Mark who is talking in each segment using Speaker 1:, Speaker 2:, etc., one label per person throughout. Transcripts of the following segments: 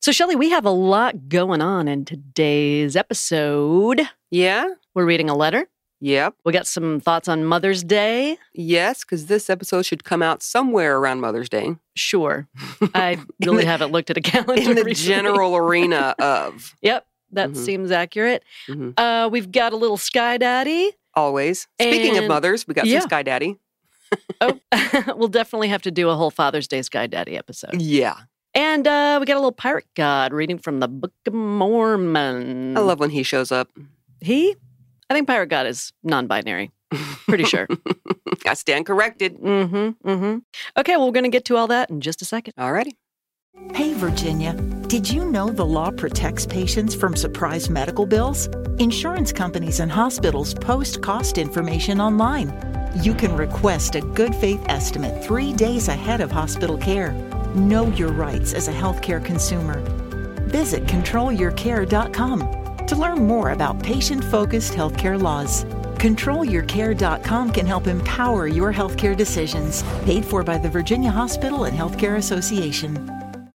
Speaker 1: So, Shelly, we have a lot going on in today's episode.
Speaker 2: Yeah.
Speaker 1: We're reading a letter.
Speaker 2: Yep.
Speaker 1: We got some thoughts on Mother's Day.
Speaker 2: Yes, because this episode should come out somewhere around Mother's Day
Speaker 1: Sure. I really
Speaker 2: the-
Speaker 1: haven't looked at a calendar.
Speaker 2: in the
Speaker 1: recently.
Speaker 2: general arena of
Speaker 1: Yep, that
Speaker 2: Mhm.
Speaker 1: seems accurate.
Speaker 2: Mhm.
Speaker 1: Uh, we've got a little Sky Daddy.
Speaker 2: always. Speaking
Speaker 1: And-
Speaker 2: of mothers, we got
Speaker 1: yeah.
Speaker 2: some Sky Daddy.
Speaker 1: Oh, we'll definitely have to do a whole Father's Day Sky Daddy episode.
Speaker 2: Yeah.
Speaker 1: And uh, we got a little pirate god reading from the Book of Mormon.
Speaker 2: I love when he shows up.
Speaker 1: He? I think pirate god is non binary. Pretty sure.
Speaker 2: I stand corrected.
Speaker 1: mm hmm. Mm hmm. Okay, well, we're going to get to all that in just a second.
Speaker 2: Alrighty.
Speaker 3: Hey, Virginia, did you know the law protects patients from surprise medical bills? Insurance companies and hospitals post cost information online. You can request a good faith estimate three days ahead of hospital care. Know your rights as a healthcare consumer. Visit controlyourcare.com to learn more about patient focused healthcare laws. ControlYourCare.com can help empower your healthcare decisions. Paid for by the Virginia Hospital and Healthcare Association.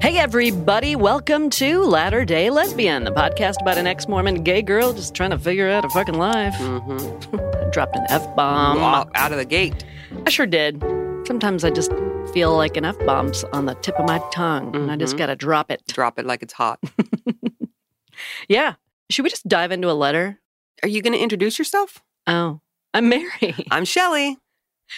Speaker 1: Hey, everybody, welcome to Latter day Lesbian, the podcast about an ex Mormon gay girl just trying to figure out a fucking life.
Speaker 2: Mm-hmm.
Speaker 1: Dropped an F bomb.
Speaker 2: out of the gate.
Speaker 1: I sure did. Sometimes I just feel like an F bomb's on the tip of my tongue and I just
Speaker 2: Mhm.
Speaker 1: got to drop it.
Speaker 2: Drop it like it's hot.
Speaker 1: Yeah. Should we just dive into a letter?
Speaker 2: Are you going to introduce yourself?
Speaker 1: Oh, I'm Mary.
Speaker 2: I'm Shelly.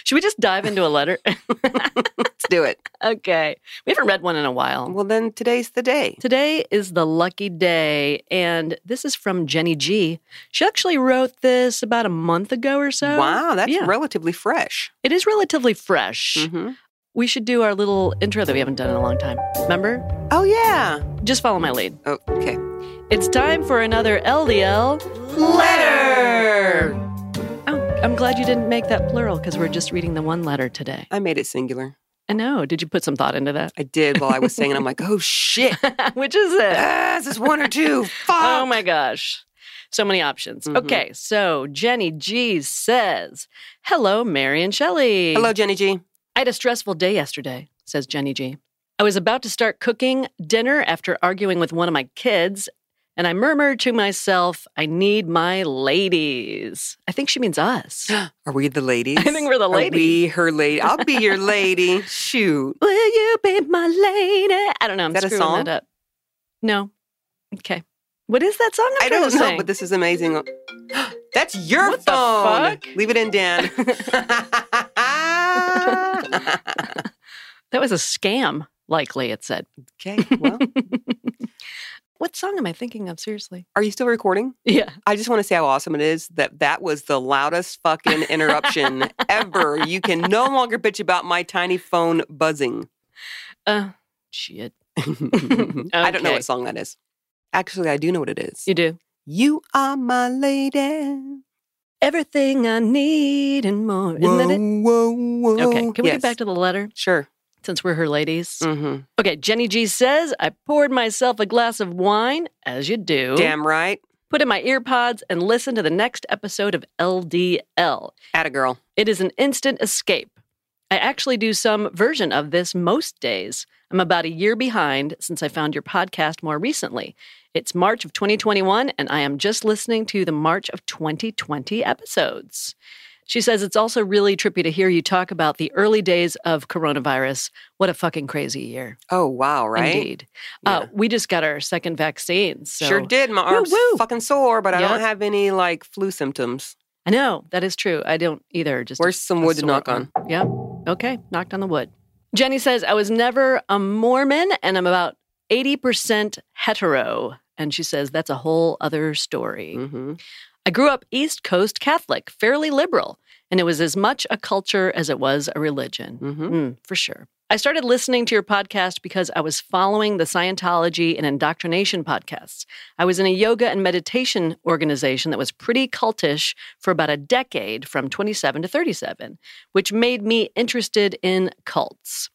Speaker 1: Should we just dive into a letter?
Speaker 2: Let's do it.
Speaker 1: okay. We haven't read one in a while.
Speaker 2: Well, then today's the day.
Speaker 1: Today is the lucky day, and this is from Jenny G. She actually wrote this about a month ago or so.
Speaker 2: wow, that's
Speaker 1: yeah.
Speaker 2: relatively fresh.
Speaker 1: It is relatively fresh.
Speaker 2: Mhm.
Speaker 1: We should do our little intro that we haven't done in a long time. Remember?
Speaker 2: Oh, yeah.
Speaker 1: Just follow my lead.
Speaker 2: Oh, okay.
Speaker 1: It's time for another LDL
Speaker 2: Letter.
Speaker 1: Oh, I'm glad you didn't make that plural because we're just reading the one letter today.
Speaker 2: I made it singular.
Speaker 1: I know. Did you put some thought into that?
Speaker 2: I did while I was singing. I'm like, oh shit.
Speaker 1: Which is it?
Speaker 2: Ah, this is one or two. Fuck.
Speaker 1: Oh my gosh. So many options.
Speaker 2: Mhm.
Speaker 1: Okay, so Jenny G says, Hello, Mary and Shelley.
Speaker 2: Hello, Jenny G.
Speaker 1: I had a stressful day yesterday, says Jenny G. I was about to start cooking dinner after arguing with one of my kids, and I murmured to myself, I need my ladies. I think she means us.
Speaker 2: Are we the ladies?
Speaker 1: I think we're the
Speaker 2: Are we
Speaker 1: ladies.
Speaker 2: her lady? I'll be your lady. Shoot.
Speaker 1: Will you be my lady? I don't know. I'm
Speaker 2: Is that a
Speaker 1: screwing
Speaker 2: song?
Speaker 1: that up. No. Okay. What is that song? I'm
Speaker 2: I
Speaker 1: trying
Speaker 2: don't
Speaker 1: to
Speaker 2: know,
Speaker 1: sing?
Speaker 2: but this is amazing. That's your
Speaker 1: What the
Speaker 2: phone.
Speaker 1: fuck?
Speaker 2: Leave it in, Dan.
Speaker 1: that was a scam. Likely, it said.
Speaker 2: okay. Well,
Speaker 1: What song am I thinking of? Seriously.
Speaker 2: are you still recording?
Speaker 1: Yeah.
Speaker 2: I just want to say how awesome it is that that was the loudest fucking interruption ever. You can no longer bitch about my tiny phone buzzing.
Speaker 1: Uh, shit.
Speaker 2: I don't know
Speaker 1: Okay.
Speaker 2: what song that is. Actually, I do know what it is.
Speaker 1: You do.
Speaker 2: You are my lady.
Speaker 1: Everything I need and more. Isn't that it?
Speaker 2: Whoa, whoa, whoa.
Speaker 1: Okay. Can we get back to the letter
Speaker 2: Sure.
Speaker 1: since we're her ladies?
Speaker 2: Mm-hmm.
Speaker 1: Okay. Jenny G says, I poured myself a glass of wine, as you do,
Speaker 2: Damn right.
Speaker 1: put in my ear pods, and listened to the next episode of LDL.
Speaker 2: At a girl.
Speaker 1: It is an instant escape. I actually do some version of this most days. I'm about a year behind since I found your podcast more recently. It's March of 2021, and I am just listening to the March of 2020 episodes. She says it's also really trippy to hear you talk about the early days of coronavirus. What a fucking crazy year.
Speaker 2: Oh, wow, right?
Speaker 1: Indeed. Uh, we just got our second vaccine. So
Speaker 2: Sure did. My arm's
Speaker 1: woo.
Speaker 2: fucking sore, but I
Speaker 1: Yeah.
Speaker 2: don't have any like flu symptoms.
Speaker 1: I know that is true. I don't either. Just
Speaker 2: Where's some wood to
Speaker 1: sore
Speaker 2: knock
Speaker 1: arm. Yep. Okay. Knocked on the wood. Jenny says, I was never a Mormon and I'm about 80% hetero. And she says, that's a whole other story.
Speaker 2: hmm
Speaker 1: I grew up East Coast Catholic, fairly liberal, and it was as much a culture as it was a religion.
Speaker 2: Mhm.
Speaker 1: Mm, for sure. I started listening to your podcast because I was following the Scientology and indoctrination podcasts. I was in a yoga and meditation organization that was pretty cultish for about a decade from 27 to 37, which made me interested in cults.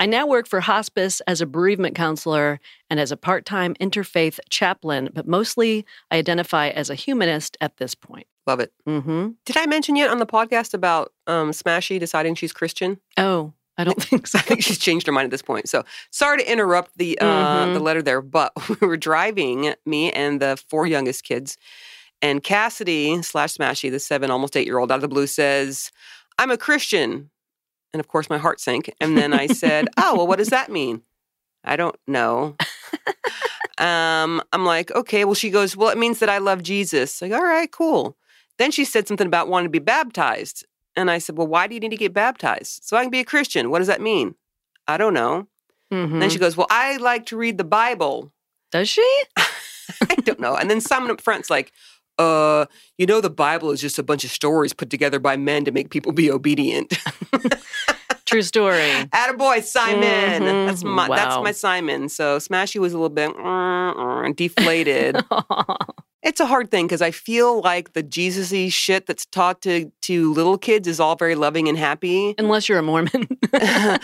Speaker 1: I now work for hospice as a bereavement counselor and as a part time interfaith chaplain, but mostly I identify as a humanist at this point.
Speaker 2: Love it.
Speaker 1: hmm
Speaker 2: Did I mention yet on the podcast about um, Smashy deciding she's Christian?
Speaker 1: Oh, I don't think so.
Speaker 2: I think she's changed her mind at this point. So sorry to interrupt the uh, the letter there, but we were driving, me and the four youngest kids, and Cassidy slash Smashy, the seven almost eight year old, out of the blue says, "I'm a Christian," and of course my heart sank. And then I said, "Oh well, what does that mean?" I don't know. um, I'm like, okay. Well, she goes, well, it means that I love Jesus. Like, all right, cool. Then she said something about wanting to be baptized. And I said, Well, why do you need to get baptized? So I can be a Christian. What does that mean? I don't know.
Speaker 1: Mhm.
Speaker 2: And then she goes, Well, I like to read the Bible.
Speaker 1: Does she?
Speaker 2: I don't know. And then someone up front's like, uh, you know, the Bible is just a bunch of stories put together by men to make people be obedient.
Speaker 1: True story.
Speaker 2: Attaboy, Simon.
Speaker 1: Mhm.
Speaker 2: That's my
Speaker 1: Wow.
Speaker 2: that's my Simon. So Smashy was a little bit mm, mm, deflated. It's a hard thing because I feel like the Jesus-y shit that's taught to to little kids is all very loving and happy.
Speaker 1: Unless you're a Mormon.
Speaker 2: That's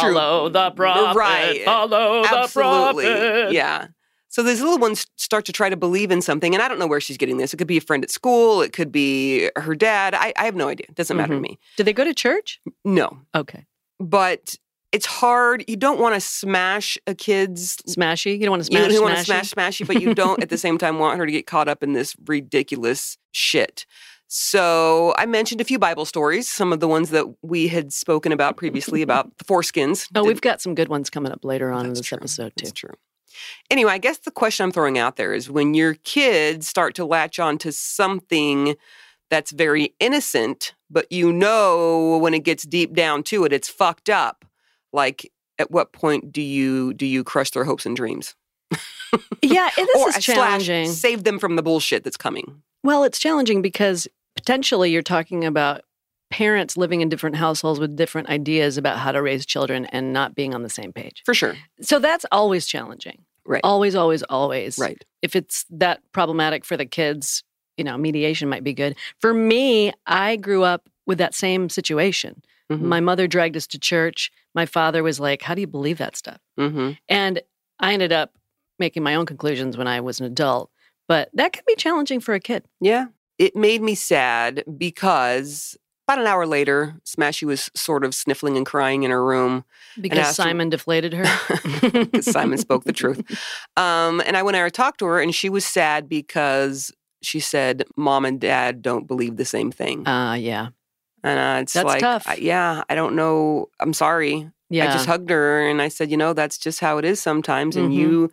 Speaker 2: true.
Speaker 1: follow the prophet.
Speaker 2: Right.
Speaker 1: Follow
Speaker 2: Absolutely.
Speaker 1: Oh, the prophet.
Speaker 2: Yeah. So these little ones start to try to believe in something, and I don't know where she's getting this. It could be a friend at school, it could be her dad. I, I have no idea. It doesn't matter to me.
Speaker 1: Did they go to church?
Speaker 2: No.
Speaker 1: Okay.
Speaker 2: But it's hard. You don't want to smash a kid's
Speaker 1: Smashy. You don't want to
Speaker 2: you
Speaker 1: smash.
Speaker 2: don't want to
Speaker 1: smashy?
Speaker 2: smash smashy, but you don't at the same time want her to get caught up in this ridiculous shit. So I mentioned a few Bible stories, some of the ones that we had spoken about previously about the foreskins.
Speaker 1: Oh,
Speaker 2: Did-
Speaker 1: we've got some good ones coming up later on in this episode too.
Speaker 2: That's true. Anyway, I guess the question I'm throwing out there is when your kids start to latch on to something that's very innocent, but you know when it gets deep down to it, it's fucked up. Like, at what point do you do you crush their hopes and dreams?
Speaker 1: Yeah, it- this
Speaker 2: or
Speaker 1: is
Speaker 2: slash,
Speaker 1: challenging.
Speaker 2: save them from the bullshit that's coming.
Speaker 1: Well, it's challenging because potentially you're talking about parents living in different households with different ideas about how to raise children and not being on the same page.
Speaker 2: For sure.
Speaker 1: So that's always challenging.
Speaker 2: Right.
Speaker 1: Always, always, always.
Speaker 2: Right.
Speaker 1: If it's that problematic for the kids, you know, mediation might be good. For me, I grew up with that same situation.
Speaker 2: Mhm.
Speaker 1: My mother dragged us to church. My father was like, How do you believe that stuff?
Speaker 2: Mm-hmm.
Speaker 1: And I ended up making my own conclusions when I was an adult. But that can be challenging for a kid.
Speaker 2: Yeah. It made me sad because about an hour later, Smashy was sort of sniffling and crying in her room.
Speaker 1: Because
Speaker 2: asked her-
Speaker 1: Simon deflated her.
Speaker 2: because Simon spoke the truth. Um, and I went and I talked to her, and she was sad because she said, "Mom and Dad don't believe the same thing."
Speaker 1: Uh, yeah.
Speaker 2: and uh, it's
Speaker 1: that's
Speaker 2: like,
Speaker 1: tough.
Speaker 2: I- yeah, I don't know. I'm sorry.
Speaker 1: Yeah.
Speaker 2: I just hugged her and I said, "You know, that's just how it is sometimes, and
Speaker 1: Mhm.
Speaker 2: you,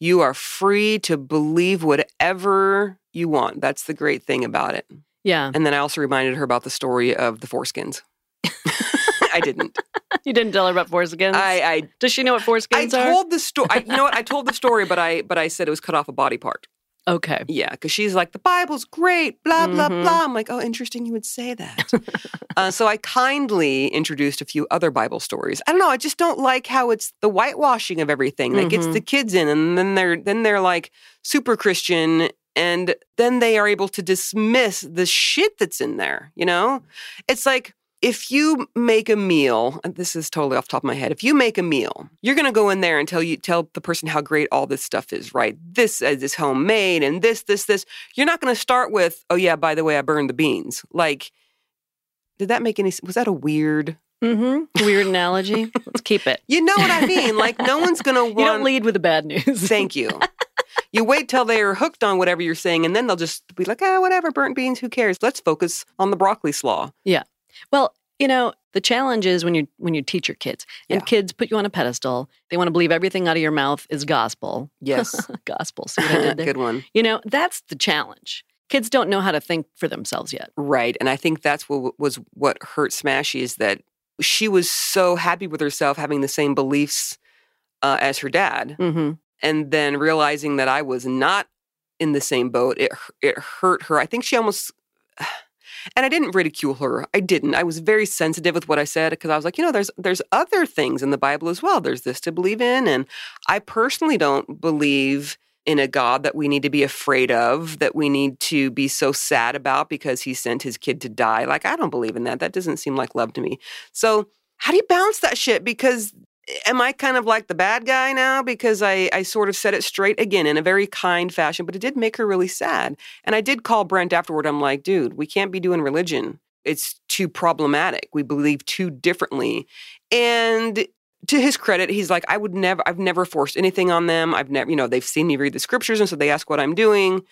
Speaker 2: you are free to believe whatever." You want. That's the great thing about it.
Speaker 1: yeah.
Speaker 2: And then I also reminded her about the story of the foreskins. I didn't.
Speaker 1: You didn't tell her about foreskins?
Speaker 2: I, I
Speaker 1: Does she know what
Speaker 2: I
Speaker 1: foreskins are?
Speaker 2: told the story. You know what? I told the story, but I but I said it was cut off a body part.
Speaker 1: Okay.
Speaker 2: Yeah, because she's like the Bible's great, blah blah
Speaker 1: Mhm.
Speaker 2: blah. I'm like, oh, interesting, you would say that. uh, so I kindly introduced a few other Bible stories. I don't know. I just don't like how it's the whitewashing of everything that gets
Speaker 1: Mhm.
Speaker 2: the kids in, and then they're then they're like super Christian. And then they are able to dismiss the shit that's in there. You know, it's like if you make a meal, and this is totally off the top of my head, if you make a meal, you're gonna go in there and tell you tell the person how great all this stuff is, right? This uh, is homemade and this, this, this. You're not gonna start with, oh yeah, by the way, I burned the beans. Like, did that make any s- was that a weird
Speaker 1: Mm-hmm. Weird analogy. Let's keep it.
Speaker 2: You know what I mean? Like no one's gonna
Speaker 1: You don't
Speaker 2: want
Speaker 1: lead with the bad news.
Speaker 2: Thank you. you wait till they are hooked on whatever you're saying, and then they'll just be like, ah, whatever, burnt beans, who cares? Let's focus on the broccoli slaw.
Speaker 1: Well, you know, the challenge is when you when you teach your kids and
Speaker 2: Yeah.
Speaker 1: kids put you on a pedestal, they want to believe everything out of your mouth is gospel.
Speaker 2: Yes.
Speaker 1: gospel. See what I did there?
Speaker 2: Good one.
Speaker 1: You know, that's the challenge. Kids don't know how to think for themselves yet.
Speaker 2: Right. And I think that's what was what hurt Smashy is that she was so happy with herself having the same beliefs uh, as her dad.
Speaker 1: hmm
Speaker 2: and then realizing that I was not in the same boat, it hu- it hurt her. I think she almost. And I didn't ridicule her. I didn't. I was very sensitive with what I said because I was like, you know, there's there's other things in the Bible as well. There's this to believe in, and I personally don't believe in a God that we need to be afraid of, that we need to be so sad about because He sent His kid to die. Like I don't believe in that. That doesn't seem like love to me. So how do you balance that shit? Because am I kind of like the bad guy now because I, I sort of said it straight again in a very kind fashion, but it did make her really sad. And I did call Brent afterward. I'm like, dude, we can't be doing religion. It's too problematic. We believe too differently. And to his credit, he's like, I would never, I've never forced anything on them. I've never, you know, they've seen me read the scriptures and so they ask what I'm doing.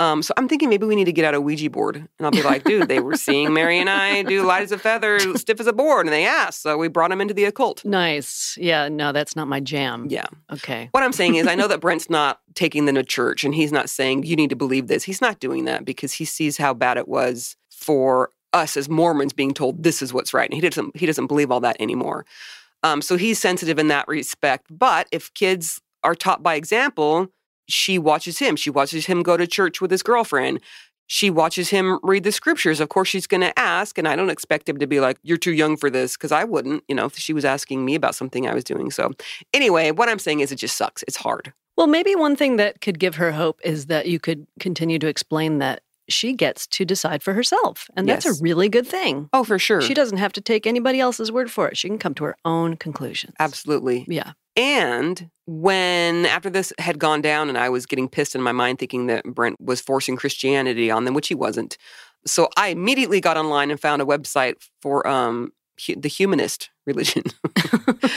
Speaker 2: Um, so I'm thinking maybe we need to get out a Ouija board. And I'll be like, dude, they were seeing Mary and I do light as a feather, stiff as a board. And they asked. So we brought him into the occult.
Speaker 1: Nice. Yeah. No, that's not my jam.
Speaker 2: Yeah.
Speaker 1: Okay.
Speaker 2: What I'm saying is, I know that Brent's not taking them to church and he's not saying, you need to believe this. He's not doing that because he sees how bad it was for us as Mormons being told this is what's right. And he doesn't, he doesn't believe all that anymore. Um, so he's sensitive in that respect. But if kids are taught by example, she watches him. She watches him go to church with his girlfriend. She watches him read the scriptures. Of course, she's going to ask. And I don't expect him to be like, you're too young for this, because I wouldn't, you know, if she was asking me about something I was doing. So anyway, what I'm saying is it just sucks. It's hard.
Speaker 1: Well, maybe one thing that could give her hope is that you could continue to explain that she gets to decide for herself. And that's
Speaker 2: Yes.
Speaker 1: a really good thing.
Speaker 2: Oh, for sure.
Speaker 1: She doesn't have to take anybody else's word for it. She can come to her own conclusions.
Speaker 2: Absolutely.
Speaker 1: Yeah.
Speaker 2: And when after this had gone down and I was getting pissed in my mind thinking that Brent was forcing Christianity on them, which he wasn't. So I immediately got online and found a website for um hu- the humanist religion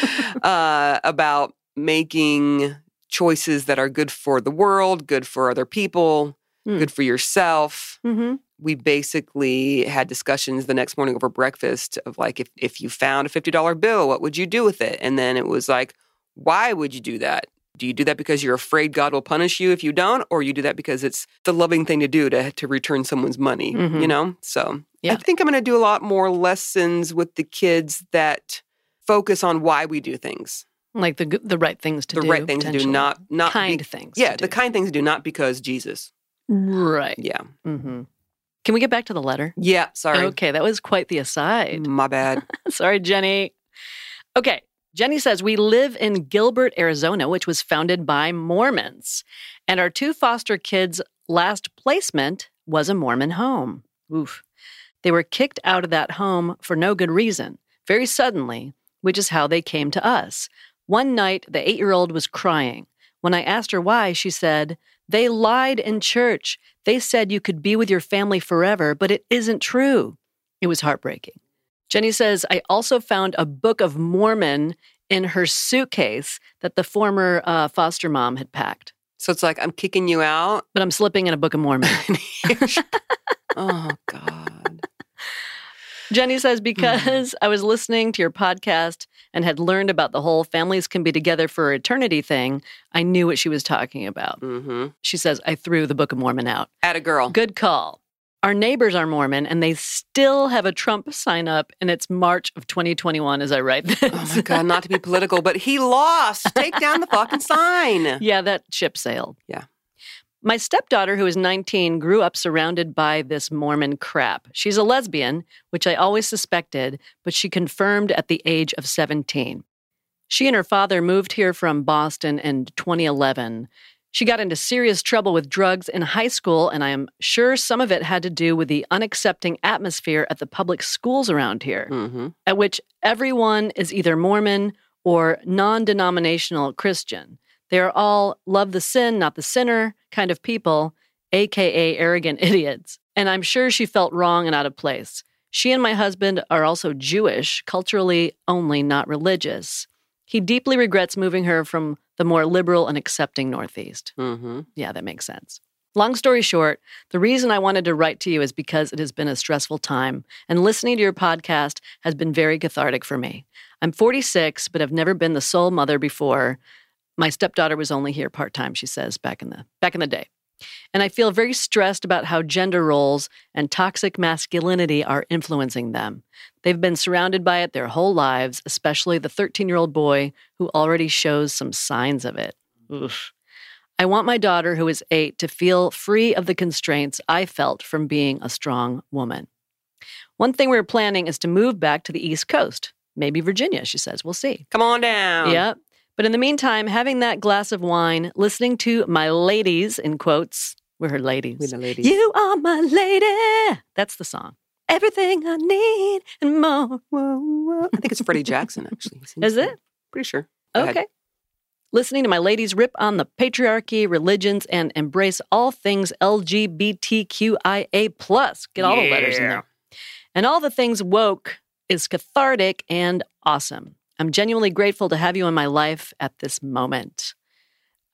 Speaker 2: uh, about making choices that are good for the world, good for other people,
Speaker 1: Hmm.
Speaker 2: good for yourself.
Speaker 1: Mm-hmm.
Speaker 2: we basically had discussions the next morning over breakfast of like if, if you found a $50 bill what would you do with it and then it was like why would you do that do you do that because you're afraid god will punish you if you don't or you do that because it's the loving thing to do to, to return someone's money
Speaker 1: Mhm.
Speaker 2: you know so i
Speaker 1: Yeah.
Speaker 2: think i'm going to do a lot more lessons with the kids that focus on why we do things
Speaker 1: Like the good- the right things to
Speaker 2: the
Speaker 1: do.
Speaker 2: right things to do
Speaker 1: potentially.
Speaker 2: not not be-
Speaker 1: kind things. to
Speaker 2: yeah the
Speaker 1: do.
Speaker 2: kind things to do not because jesus
Speaker 1: Right.
Speaker 2: yeah
Speaker 1: Mm-hmm. Can we get back to the letter?
Speaker 2: yeah sorry
Speaker 1: Okay, that was quite the aside.
Speaker 2: my bad
Speaker 1: Sorry, Jenny. Okay. Jenny says, We live in Gilbert, Arizona, which was founded by Mormons. And our two foster kids' last placement was a Mormon home. Oof. They were kicked out of that home for no good reason, very suddenly, which is how they came to us. One night, the eight year old was crying. When I asked her why, she said, They lied in church. They said you could be with your family forever, but it isn't true. It was heartbreaking. Jenny says, I also found a Book of Mormon in her suitcase that the former uh, foster mom had packed.
Speaker 2: So it's like I'm kicking you out.
Speaker 1: But I'm slipping in a Book of Mormon.
Speaker 2: oh God.
Speaker 1: Jenny says, because I was listening to your podcast and had learned about the whole families can be together for eternity thing, I knew what she was talking about.
Speaker 2: Mm-hmm.
Speaker 1: She says, I threw the Book of Mormon out.
Speaker 2: At a girl.
Speaker 1: Good call. Our neighbors are Mormon and they still have a Trump sign up, and it's March of 2021 as I write this.
Speaker 2: Oh my God. Not to be political, but he lost. Take down the fucking sign.
Speaker 1: Yeah, that ship sailed.
Speaker 2: Yeah.
Speaker 1: My stepdaughter, who is 19, grew up surrounded by this Mormon crap. She's a lesbian, which I always suspected, but she confirmed at the age of 17. She and her father moved here from Boston in 2011. She got into serious trouble with drugs in high school, and I am sure some of it had to do with the unaccepting atmosphere at the public schools around here
Speaker 2: Mm-hmm.
Speaker 1: at which everyone is either Mormon or non denominational Christian. They are all love the sin, not the sinner kind of people, AKA arrogant idiots. And I'm sure she felt wrong and out of place. She and my husband are also Jewish, culturally only, not religious. He deeply regrets moving her from the more liberal and accepting Northeast.
Speaker 2: Mm-hmm.
Speaker 1: Yeah, that makes sense. Long story short, the reason I wanted to write to you is because it has been a stressful time, and listening to your podcast has been very cathartic for me. I'm 46, but I've never been the sole mother before. My stepdaughter was only here part time, she says, back in the back in the day. And I feel very stressed about how gender roles and toxic masculinity are influencing them. They've been surrounded by it their whole lives, especially the 13 year old boy who already shows some signs of it. Oof. I want my daughter, who is eight, to feel free of the constraints I felt from being a strong woman. One thing we're planning is to move back to the East Coast, maybe Virginia, she says. We'll see.
Speaker 2: Come on down.
Speaker 1: Yep. But in the meantime, having that glass of wine, listening to my ladies in quotes, we're her ladies.
Speaker 2: We the ladies.
Speaker 1: You are my lady. That's the song. Everything I need and more.
Speaker 2: Whoa, whoa. I think it's Freddie Jackson, actually. He sings
Speaker 1: Is
Speaker 2: that.
Speaker 1: it?
Speaker 2: Pretty sure. Go ahead.
Speaker 1: Okay. Listening to my ladies rip on the patriarchy, religions, and embrace all things LGBTQIA. plus. Get all the letters in
Speaker 2: Yeah.
Speaker 1: there. And all the things woke is cathartic and awesome. I'm genuinely grateful to have you in my life at this moment.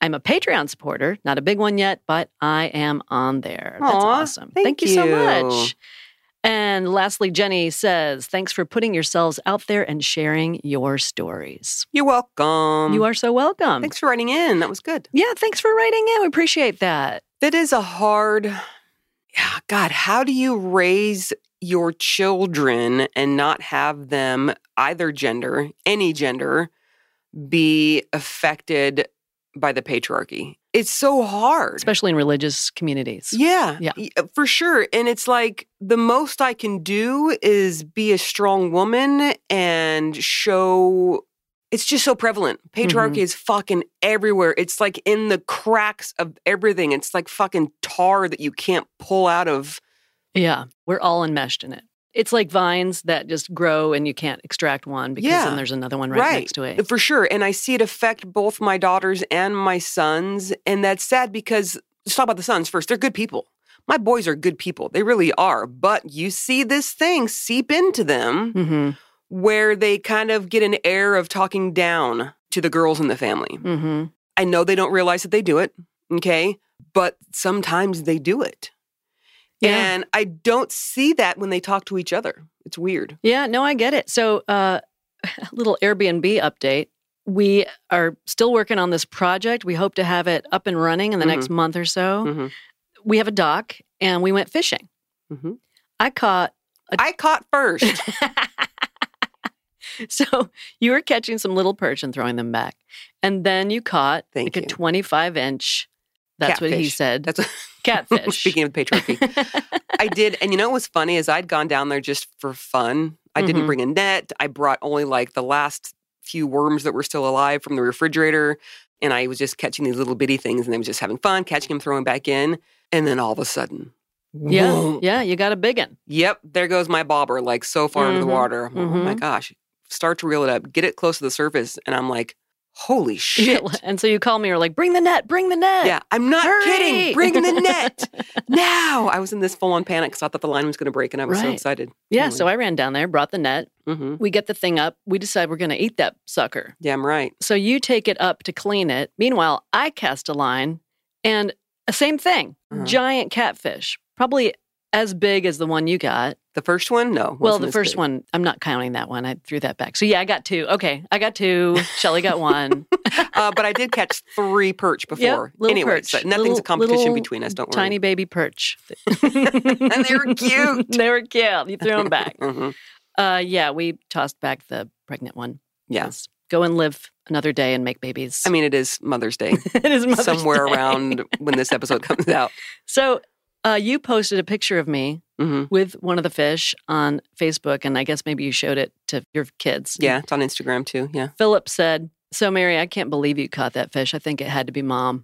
Speaker 1: I'm a Patreon supporter, not a big one yet, but I am on there. That's
Speaker 2: Aw,
Speaker 1: awesome.
Speaker 2: thank
Speaker 1: you so
Speaker 2: you.
Speaker 1: much. And lastly, Jenny says, thanks for putting yourselves out there and sharing your stories.
Speaker 2: You're welcome.
Speaker 1: you are so welcome.
Speaker 2: Thanks for writing in. That was good.
Speaker 1: Um, Yeah, thanks for writing in. We appreciate that.
Speaker 2: That is a hard. Yeah, God, how do you raise your children and not have them either gender, any gender, be affected by the patriarchy? It's so hard.
Speaker 1: Especially in religious communities.
Speaker 2: Yeah.
Speaker 1: Yeah.
Speaker 2: y- uh, For sure. And it's like the most I can do is be a strong woman and show it's just so prevalent.
Speaker 1: Mm-hmm.
Speaker 2: Patriarchy is fucking everywhere. It's like in the cracks of everything. It's like fucking tar that you can't pull out of.
Speaker 1: Yeah, we're all enmeshed in it. It's like vines that just grow and you can't extract one because
Speaker 2: Yeah.
Speaker 1: then there's another one right, next to it.
Speaker 2: For sure. And I see it affect both my daughters and my sons. And that's sad because let's talk about the sons first. They're good people. My boys are good people. They really are. But you see this thing seep into them.
Speaker 1: Mm
Speaker 2: where they kind of get an air of talking down to the girls in the family.
Speaker 1: hmm. Mm
Speaker 2: I know they don't realize that they do it, okay? But sometimes they do it.
Speaker 1: Yeah.
Speaker 2: And I don't see that when they talk to each other. It's weird.
Speaker 1: hmm. Yeah, no, I get it. So, uh, a little Airbnb update. We are still working on this project. We hope to have it up and running in the
Speaker 2: Mhm.
Speaker 1: next month or so.
Speaker 2: Mhm.
Speaker 1: We have a dock and we went fishing.
Speaker 2: Mhm.
Speaker 1: I caught
Speaker 2: I caught first.
Speaker 1: So you were catching some little perch and throwing them back. And then you caught
Speaker 2: Thank
Speaker 1: like a
Speaker 2: you.
Speaker 1: 25 inch, that's what he
Speaker 2: Catfish.
Speaker 1: said,
Speaker 2: That's
Speaker 1: catfish.
Speaker 2: speaking of patriarchy. I did, and you know what was funny is I'd gone down there just for fun. I
Speaker 1: Mhm.
Speaker 2: didn't bring a net. I brought only like the last few worms that were still alive from the refrigerator, and I was just catching these little bitty things, and I was just having fun catching them, throwing back in, and then all of a sudden,
Speaker 1: yeah,
Speaker 2: whoom,
Speaker 1: yeah, you got a big one.
Speaker 2: yep, there goes my bobber, like so far into
Speaker 1: Mhm.
Speaker 2: the water. I'm like, Oh my gosh! Start to reel it up, get it close to the surface, and I'm like, holy shit!
Speaker 1: And so you called me, you're like, bring the net, bring the net.
Speaker 2: Yeah, I'm not
Speaker 1: Hurry!
Speaker 2: kidding. Bring the net now. I was in this full on panic because I thought the line was going to break and I was so
Speaker 1: Right.
Speaker 2: excited.
Speaker 1: Yeah, so I ran down there, brought the net.
Speaker 2: hmm
Speaker 1: We get the thing up. We decide we're going to eat that sucker.
Speaker 2: Yeah, I'm right.
Speaker 1: So you take it up to clean it. Meanwhile, I cast a line and uh, same thing
Speaker 2: Uh-huh.
Speaker 1: giant catfish, probably as big as the one you got.
Speaker 2: The first one? No.
Speaker 1: Well,
Speaker 2: wasn't
Speaker 1: the
Speaker 2: as
Speaker 1: first
Speaker 2: big.
Speaker 1: one, I'm not counting that one. I threw that back. So yeah, I got two. Okay, I got two. Shelly got one.
Speaker 2: uh, but I did catch three perch before.
Speaker 1: Yep, little
Speaker 2: anyway,
Speaker 1: perch.
Speaker 2: so nothing's
Speaker 1: Little-
Speaker 2: a competition
Speaker 1: little
Speaker 2: between us. Don't
Speaker 1: Tiny
Speaker 2: worry.
Speaker 1: baby perch. and
Speaker 2: they were cute.
Speaker 1: they were cute. You threw them back.
Speaker 2: hmm
Speaker 1: Uh, yeah, we tossed back the pregnant one.
Speaker 2: Yeah.
Speaker 1: Yes. Go and live another day and make babies.
Speaker 2: I mean, it is Mother's Day
Speaker 1: it is Mother's
Speaker 2: somewhere
Speaker 1: Day.
Speaker 2: around when this episode comes out.
Speaker 1: So uh, you posted a picture of me
Speaker 2: hmm
Speaker 1: with one of the fish on Facebook, and I guess maybe you showed it to your kids.
Speaker 2: Yeah, it's on Instagram too. Yeah.
Speaker 1: Philip said, So, Mary, I can't believe you caught that fish. I think it had to be mom.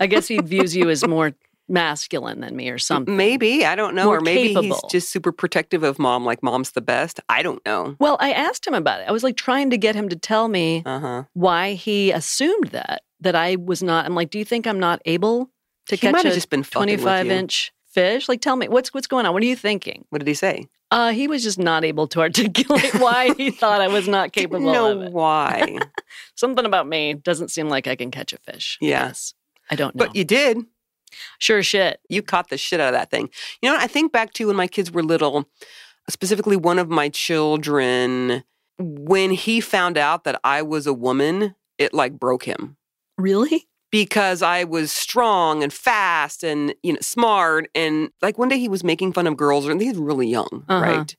Speaker 1: I guess he views you as more masculine than me or something.
Speaker 2: Maybe. I don't know.
Speaker 1: More
Speaker 2: or maybe
Speaker 1: capable.
Speaker 2: he's just super protective of mom, like mom's the best. I don't know.
Speaker 1: Well, I asked him about it. I was like trying to get him to tell me
Speaker 2: Uh huh.
Speaker 1: why he assumed that, that I was not. I'm like, Do you think I'm not able to
Speaker 2: He
Speaker 1: catch
Speaker 2: might
Speaker 1: a
Speaker 2: have just been fucking with
Speaker 1: 25
Speaker 2: you.
Speaker 1: inch fish? Like, tell me, what's, what's going on? What are you thinking?
Speaker 2: What did he say?
Speaker 1: Uh, he was just not able to articulate why he thought I was not
Speaker 2: Didn't
Speaker 1: capable
Speaker 2: know
Speaker 1: of it.
Speaker 2: why.
Speaker 1: Something about me doesn't seem like I can catch a fish.
Speaker 2: Yeah.
Speaker 1: Yes. I don't know.
Speaker 2: but you did.
Speaker 1: sure shit.
Speaker 2: You caught the shit out of that thing. You know, I think back to when my kids were little, specifically one of my children, when he found out that I was a woman, it like broke him
Speaker 1: Really?
Speaker 2: because I was strong and fast and, you know, smart. And like one day he was making fun of girls, and he's really young,
Speaker 1: Uh-huh.
Speaker 2: right?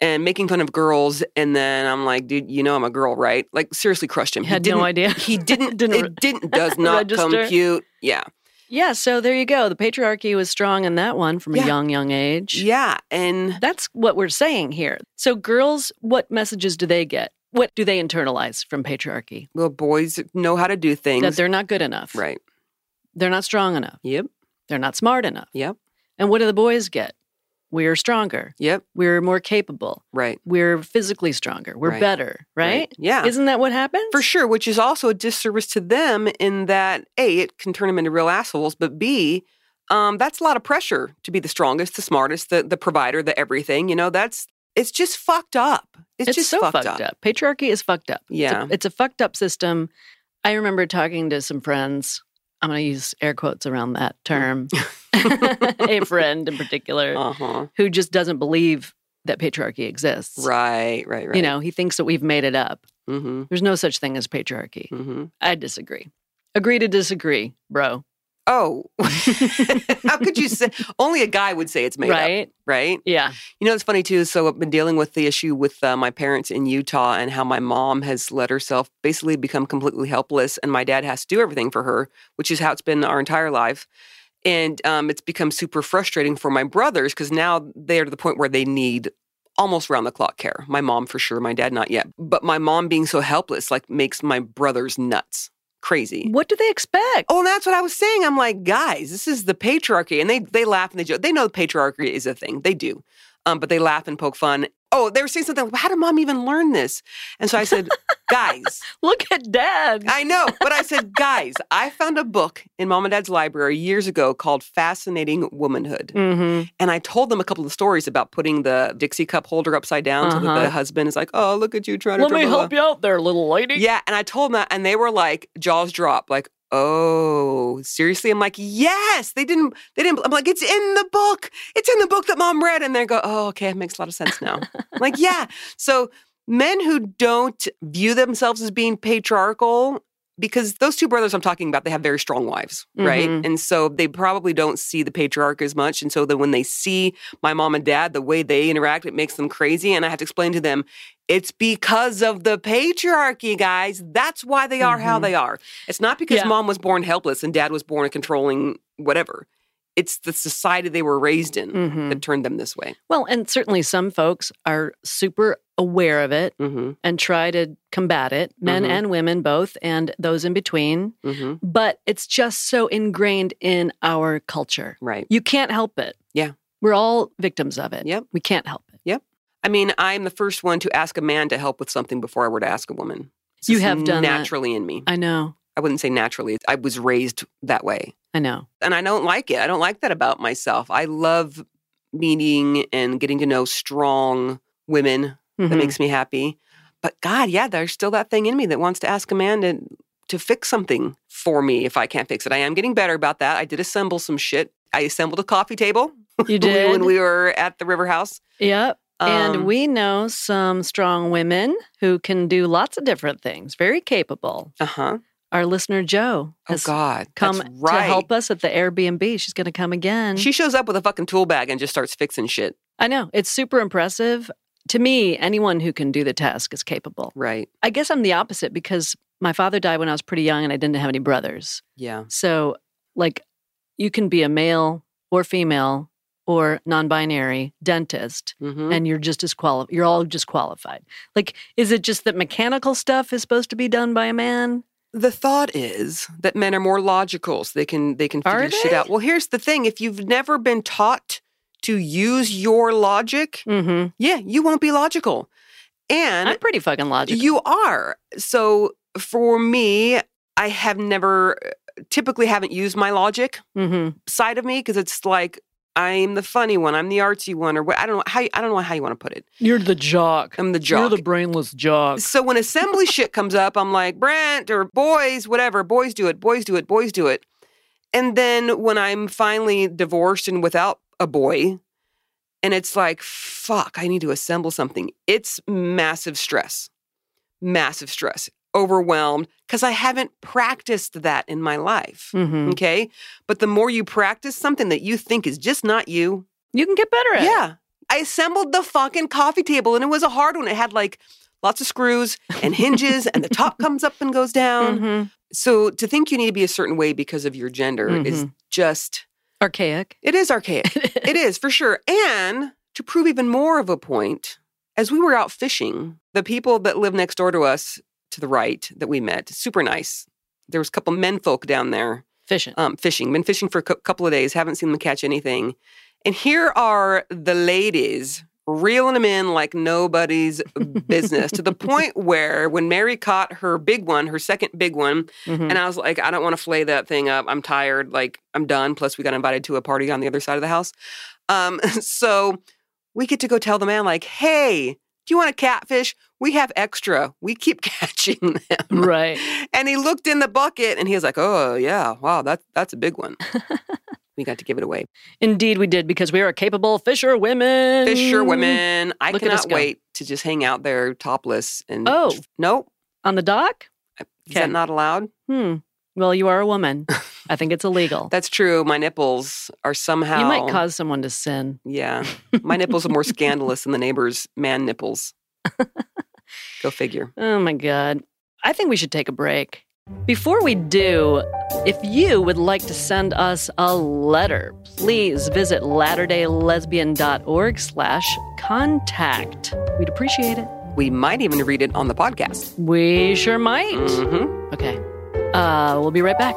Speaker 2: And making fun of girls. And then I'm like, dude, you know I'm a girl, right? Like seriously crushed him.
Speaker 1: You had no
Speaker 2: didn't-
Speaker 1: idea.
Speaker 2: He didn't,
Speaker 1: Didn't re-
Speaker 2: it didn't, does not
Speaker 1: Register.
Speaker 2: compute. Yeah.
Speaker 1: Yeah, so there you go. The patriarchy was strong in that one from
Speaker 2: Yeah.
Speaker 1: a young, young age.
Speaker 2: Yeah. And
Speaker 1: That's what we're saying here. So, girls, what messages do they get? What do they internalize from patriarchy?
Speaker 2: well, boys know how to do things.
Speaker 1: That they're not good enough.
Speaker 2: right.
Speaker 1: They're not strong enough.
Speaker 2: Yep.
Speaker 1: They're not smart enough.
Speaker 2: Yep.
Speaker 1: And what do the boys get? We're stronger.
Speaker 2: Yep.
Speaker 1: We're more capable.
Speaker 2: Right.
Speaker 1: We're physically stronger. We're
Speaker 2: Right.
Speaker 1: better, right?
Speaker 2: Yeah.
Speaker 1: Isn't that what happens?
Speaker 2: for sure, which is also a disservice to them in that A, it can turn them into real assholes, but B, um, that's a lot of pressure to be the strongest, the smartest, the, the provider, the everything. You know, that's it's just fucked up. It's,
Speaker 1: It's
Speaker 2: just
Speaker 1: so
Speaker 2: fucked,
Speaker 1: up. Patriarchy is fucked up. It's a-
Speaker 2: Yeah.
Speaker 1: It's a, fucked up system. I remember talking to some friends. I'm going to use air quotes around that term. a friend in particular
Speaker 2: Uh huh.
Speaker 1: who just doesn't believe that patriarchy exists.
Speaker 2: Right. Right. Right.
Speaker 1: You know, he thinks that we've made it up.
Speaker 2: Mm-hmm.
Speaker 1: There's no such thing as patriarchy.
Speaker 2: Mm-hmm.
Speaker 1: I disagree. Agree to disagree, bro.
Speaker 2: Oh, how could you say? Only a guy would say it's made up,
Speaker 1: right?
Speaker 2: right?
Speaker 1: Yeah.
Speaker 2: You know, it's funny too. So I've been dealing with the issue with uh, my parents in Utah and how my mom has let herself basically become completely helpless, and my dad has to do everything for her, which is how it's been our entire life. And um, it's become super frustrating for my brothers because now they're to the point where they need almost round the clock care. My mom for sure, my dad not yet. But my mom being so helpless like makes my brothers nuts, crazy.
Speaker 1: What do they expect?
Speaker 2: Oh, and that's what I was saying. I'm like, guys, this is the patriarchy, and they they laugh and they joke. They know the patriarchy is a thing. They do, um, but they laugh and poke fun. Oh, they were saying something. like, How did mom even learn this? And so I said, guys,
Speaker 1: Look at dad.
Speaker 2: I know, but I said, guys, I found a book in mom and dad's library years ago called "Fascinating Womanhood,"
Speaker 1: mm-hmm.
Speaker 2: and I told them a couple of stories about putting the Dixie cup holder upside down so that
Speaker 1: Uh-huh.
Speaker 2: the husband is like, "Oh, look at you trying
Speaker 1: Let
Speaker 2: to."
Speaker 1: me help you out there, little lady.
Speaker 2: Yeah, and I told them that, and they were like jaws drop, like, "Oh, seriously?" I'm like, "Yes." They didn't. They didn't. I'm like, "It's in the book. It's in the book that mom read." And they go, "Oh, okay, it makes a lot of sense now." I'm like, yeah. So men who don't view themselves as being patriarchal. Because those two brothers I'm talking about, they have very strong wives, right?
Speaker 1: Mhm.
Speaker 2: And so they probably don't see the patriarch as much. And so then when they see my mom and dad, the way they interact, it makes them crazy. And I have to explain to them, it's because of the patriarchy, guys. That's why they are how
Speaker 1: Mhm.
Speaker 2: they are. It's not because
Speaker 1: Yeah.
Speaker 2: mom was born helpless and dad was born controlling whatever. It's the society they were raised in
Speaker 1: Mhm.
Speaker 2: that turned them this way.
Speaker 1: Well, and certainly some folks are super aware of it
Speaker 2: Mm-hmm.
Speaker 1: and try to combat it, men
Speaker 2: Mhm.
Speaker 1: and women both, and those in between.
Speaker 2: Mm-hmm.
Speaker 1: But it's just so ingrained in our culture.
Speaker 2: Right.
Speaker 1: You can't help it.
Speaker 2: Yeah.
Speaker 1: We're all victims of it.
Speaker 2: Yep.
Speaker 1: We can't help it.
Speaker 2: I mean, I'm the first one to ask a man to help with something before I were to ask a woman. It's
Speaker 1: You
Speaker 2: just
Speaker 1: have done that.
Speaker 2: naturally in me.
Speaker 1: I know.
Speaker 2: I wouldn't say naturally. I was raised that way,
Speaker 1: I know.
Speaker 2: and I don't like it. I don't like that about myself. I love meeting and getting to know strong women
Speaker 1: Mhm.
Speaker 2: that makes me happy. But God, yeah, there's still that thing in me that wants to ask a man to, to fix something for me if I can't fix it. I am getting better about that. I did assemble some shit. I assembled a coffee table
Speaker 1: you did.
Speaker 2: when we were at the River House.
Speaker 1: yep. and
Speaker 2: Um,
Speaker 1: we know some strong women who can do lots of different things, very capable.
Speaker 2: uh huh.
Speaker 1: Our listener, Joe,
Speaker 2: Oh
Speaker 1: has
Speaker 2: God,
Speaker 1: come
Speaker 2: that's right.
Speaker 1: to help us at the Airbnb. She's going to come again.
Speaker 2: She shows up with a fucking tool bag and just starts fixing shit.
Speaker 1: I know. It's super impressive. To me, anyone who can do the task is capable.
Speaker 2: Right.
Speaker 1: I guess I'm the opposite because my father died when I was pretty young and I didn't have any brothers.
Speaker 2: Yeah.
Speaker 1: So, like, you can be a male or female or non binary dentist.
Speaker 2: Mm-hmm.
Speaker 1: And you're just as qualified. You're all just qualified. Like, is it just that mechanical stuff is supposed to be done by a man?
Speaker 2: The thought is that men are more logical, so they can they can
Speaker 1: Are
Speaker 2: figure shit
Speaker 1: they?
Speaker 2: out. Well, here's the thing: if you've never been taught to use your logic,
Speaker 1: Mm-hmm.
Speaker 2: yeah, you won't be logical. And
Speaker 1: I'm pretty fucking logical.
Speaker 2: You are. So for me, I have never typically haven't used my logic
Speaker 1: mm-hmm.
Speaker 2: side of me because it's like I'm the funny one. I'm the artsy one, or what? I don't know how. You, I don't know how you want to put it.
Speaker 1: You're the jock.
Speaker 2: I'm the jock.
Speaker 1: You're the brainless jock.
Speaker 2: So when assembly shit comes up, I'm like, Brent or boys, whatever, boys do it, boys do it, boys do it. And then when I'm finally divorced and without a boy, and it's like, fuck, I need to assemble something, it's massive stress, massive stress, overwhelmed, because I haven't practiced that in my life.
Speaker 1: hmm
Speaker 2: Okay. But the more you practice something that you think is just not you,
Speaker 1: You can get better at it.
Speaker 2: yeah. I assembled the fucking coffee table and it was a hard one. It had like lots of screws and hinges and the top comes up and goes down.
Speaker 1: Mhm.
Speaker 2: So to think you need to be a certain way because of your gender is just
Speaker 1: Archaic.
Speaker 2: it is archaic. it is for sure. And to prove even more of a point, as we were out fishing, the people that live next door to us to the right that we met, super nice. There was a couple men folk down there
Speaker 1: Fishing.
Speaker 2: um, fishing. Been fishing for a cou- couple of days. Haven't seen them catch anything. And here are the ladies reeling them in like nobody's business to the point where when Mary caught her big one, her second big one,
Speaker 1: Mhm.
Speaker 2: and I was like, I don't want to flay that thing up. I'm tired. Like, I'm done. Plus, we got invited to a party on the other side of the house. Um, so we get to go tell the man, like, hey, do you want a catfish? We have extra. We keep catching them.
Speaker 1: right.
Speaker 2: And he looked in the bucket and he was like, Oh yeah, wow, that that's a big one. we got to give it away.
Speaker 1: Indeed, we did because we are capable fisher women.
Speaker 2: Fisher women. I
Speaker 1: Look at us
Speaker 2: cannot
Speaker 1: go.
Speaker 2: wait to just hang out there topless and
Speaker 1: Oh.
Speaker 2: no,
Speaker 1: On the dock?
Speaker 2: is
Speaker 1: Okay.
Speaker 2: that not allowed?
Speaker 1: Hmm. Well, you are a woman. I think it's illegal.
Speaker 2: That's true. My nipples are somehow
Speaker 1: You might cause someone to sin.
Speaker 2: Yeah. My nipples are more scandalous than the neighbor's man nipples. Go figure.
Speaker 1: Oh my God. I think we should take a break. Before we do, if you would like to send us a letter, please visit latterdaylesbian.org slash contact. We'd appreciate it.
Speaker 2: We might even read it on the podcast.
Speaker 1: We sure might.
Speaker 2: hmm
Speaker 1: Okay. Uh, we'll be right back.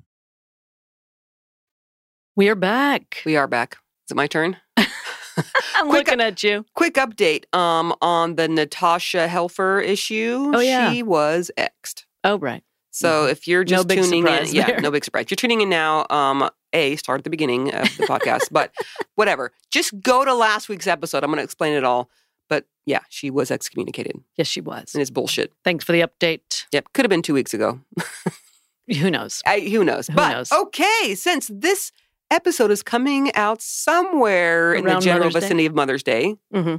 Speaker 1: We are back.
Speaker 2: We are back. Is it my turn?
Speaker 1: I'm
Speaker 2: Quick-
Speaker 1: looking at you.
Speaker 2: Quick update um, on the Natasha Helfer issue.
Speaker 1: Oh, yeah.
Speaker 2: She was exed.
Speaker 1: Oh, right.
Speaker 2: So if you're
Speaker 1: No
Speaker 2: just
Speaker 1: big
Speaker 2: tuning in,
Speaker 1: surprise
Speaker 2: yeah,
Speaker 1: there.
Speaker 2: no big surprise. You're tuning in now. Um, a start at the beginning of the podcast, but whatever. Just go to last week's episode. I'm going to explain it all. But yeah, she was excommunicated,
Speaker 1: Yes, she was.
Speaker 2: and it's bullshit.
Speaker 1: Thanks for the update.
Speaker 2: Yep, could have been two weeks ago.
Speaker 1: Who knows?
Speaker 2: I, who knows?
Speaker 1: Who
Speaker 2: but
Speaker 1: knows?
Speaker 2: okay, since this episode is coming out somewhere in the
Speaker 1: Around
Speaker 2: general
Speaker 1: Mother's Day?
Speaker 2: vicinity of Mother's Day,
Speaker 1: Mm-hmm.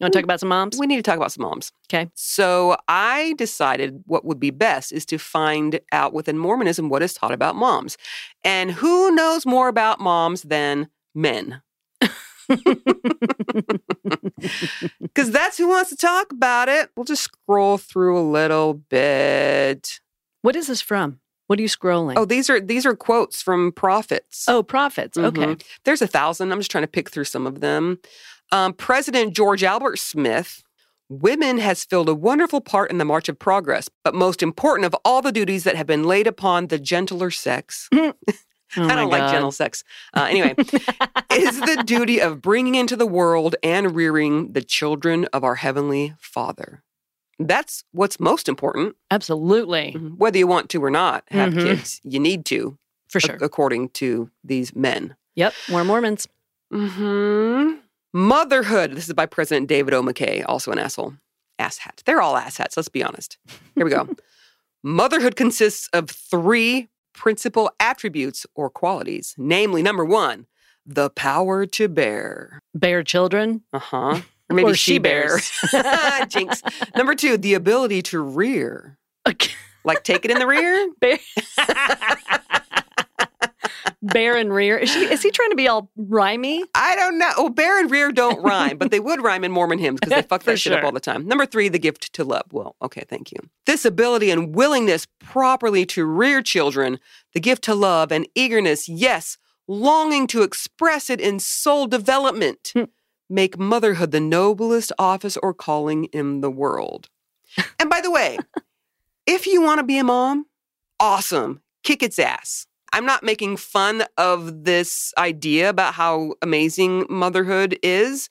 Speaker 1: You want to talk about some moms?
Speaker 2: we need to talk about some moms.
Speaker 1: Okay.
Speaker 2: So I decided what would be best is to find out within Mormonism what is taught about moms. And who knows more about moms than men? Because that's who wants to talk about it. We'll just scroll through a little bit.
Speaker 1: What is this from? What are you scrolling?
Speaker 2: Oh, these are these are quotes from prophets.
Speaker 1: oh prophets. Okay.
Speaker 2: Mhm. There's a thousand. I'm just trying to pick through some of them. Um, President George Albert Smith, women has filled a wonderful part in the March of Progress, but most important of all the duties that have been laid upon the gentler sex.
Speaker 1: Oh,
Speaker 2: I
Speaker 1: my
Speaker 2: don't like
Speaker 1: God.
Speaker 2: gentle sex. Uh, anyway, is the duty of bringing into the world and rearing the children of our Heavenly Father. That's what's most important,
Speaker 1: Absolutely.
Speaker 2: whether you want to or not have
Speaker 1: Mhm.
Speaker 2: kids. You need to,
Speaker 1: For
Speaker 2: ac-
Speaker 1: sure.
Speaker 2: according to these men.
Speaker 1: Yep. More Mormons.
Speaker 2: hmm Motherhood. This is by President David O. McKay, also an asshole. Asshat. They're all asshats, let's be honest. Here we go. Motherhood consists of three principal attributes or qualities, namely, number one, The Power to Bear.
Speaker 1: Bear children.
Speaker 2: Uh huh. Or maybe
Speaker 1: Or
Speaker 2: she bear.
Speaker 1: she-bears.
Speaker 2: Jinx. Number two, the ability to rear.
Speaker 1: Okay.
Speaker 2: Like take it in the rear?
Speaker 1: Bear. Bear and rear. Is, she, is he trying to be all rhymey?
Speaker 2: I don't know. Well, bear and rear don't rhyme, but they would rhyme in Mormon hymns because they fuck
Speaker 1: For
Speaker 2: that shit up
Speaker 1: sure.
Speaker 2: all the time. Number three, the gift to love. Well, okay, thank you. This ability and willingness properly to rear children, the gift to love and eagerness, yes, longing to express it in soul development,
Speaker 1: Hmm.
Speaker 2: make motherhood the noblest office or calling in the world. And by the way, if you want to be a mom, awesome, kick its ass. I'm not making fun of this idea about how amazing motherhood is.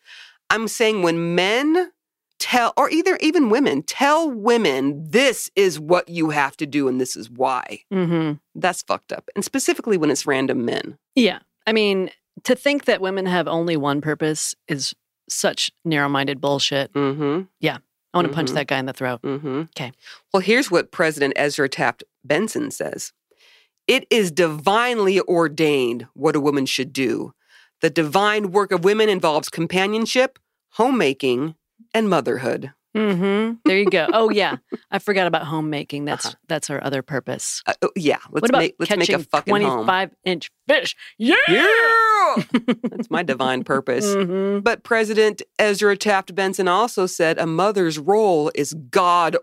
Speaker 2: I'm saying when men tell, or either even women, tell women this is what you have to do and this is why.
Speaker 1: Mm-hmm.
Speaker 2: That's fucked up. And specifically when it's random men.
Speaker 1: Yeah. I mean, to think that women have only one purpose is such narrow minded bullshit.
Speaker 2: Mm-hmm.
Speaker 1: I want to punch
Speaker 2: Mhm.
Speaker 1: that guy in the throat.
Speaker 2: Mm-hmm.
Speaker 1: 'Kay.
Speaker 2: Well, here's what President Ezra Taft Benson says. It is divinely ordained what a woman should do. The divine work of women involves companionship, homemaking, and motherhood.
Speaker 1: Mm-hmm. There you go. Oh yeah, I forgot about homemaking. That's
Speaker 2: Uh-huh.
Speaker 1: that's our other purpose.
Speaker 2: Uh, oh, yeah, let's
Speaker 1: what about
Speaker 2: make let's make
Speaker 1: catching
Speaker 2: a fucking home.
Speaker 1: twenty-five inch fish? Yeah.
Speaker 2: Yeah, that's my divine purpose.
Speaker 1: Mhm.
Speaker 2: But President Ezra Taft Benson also said a mother's role is God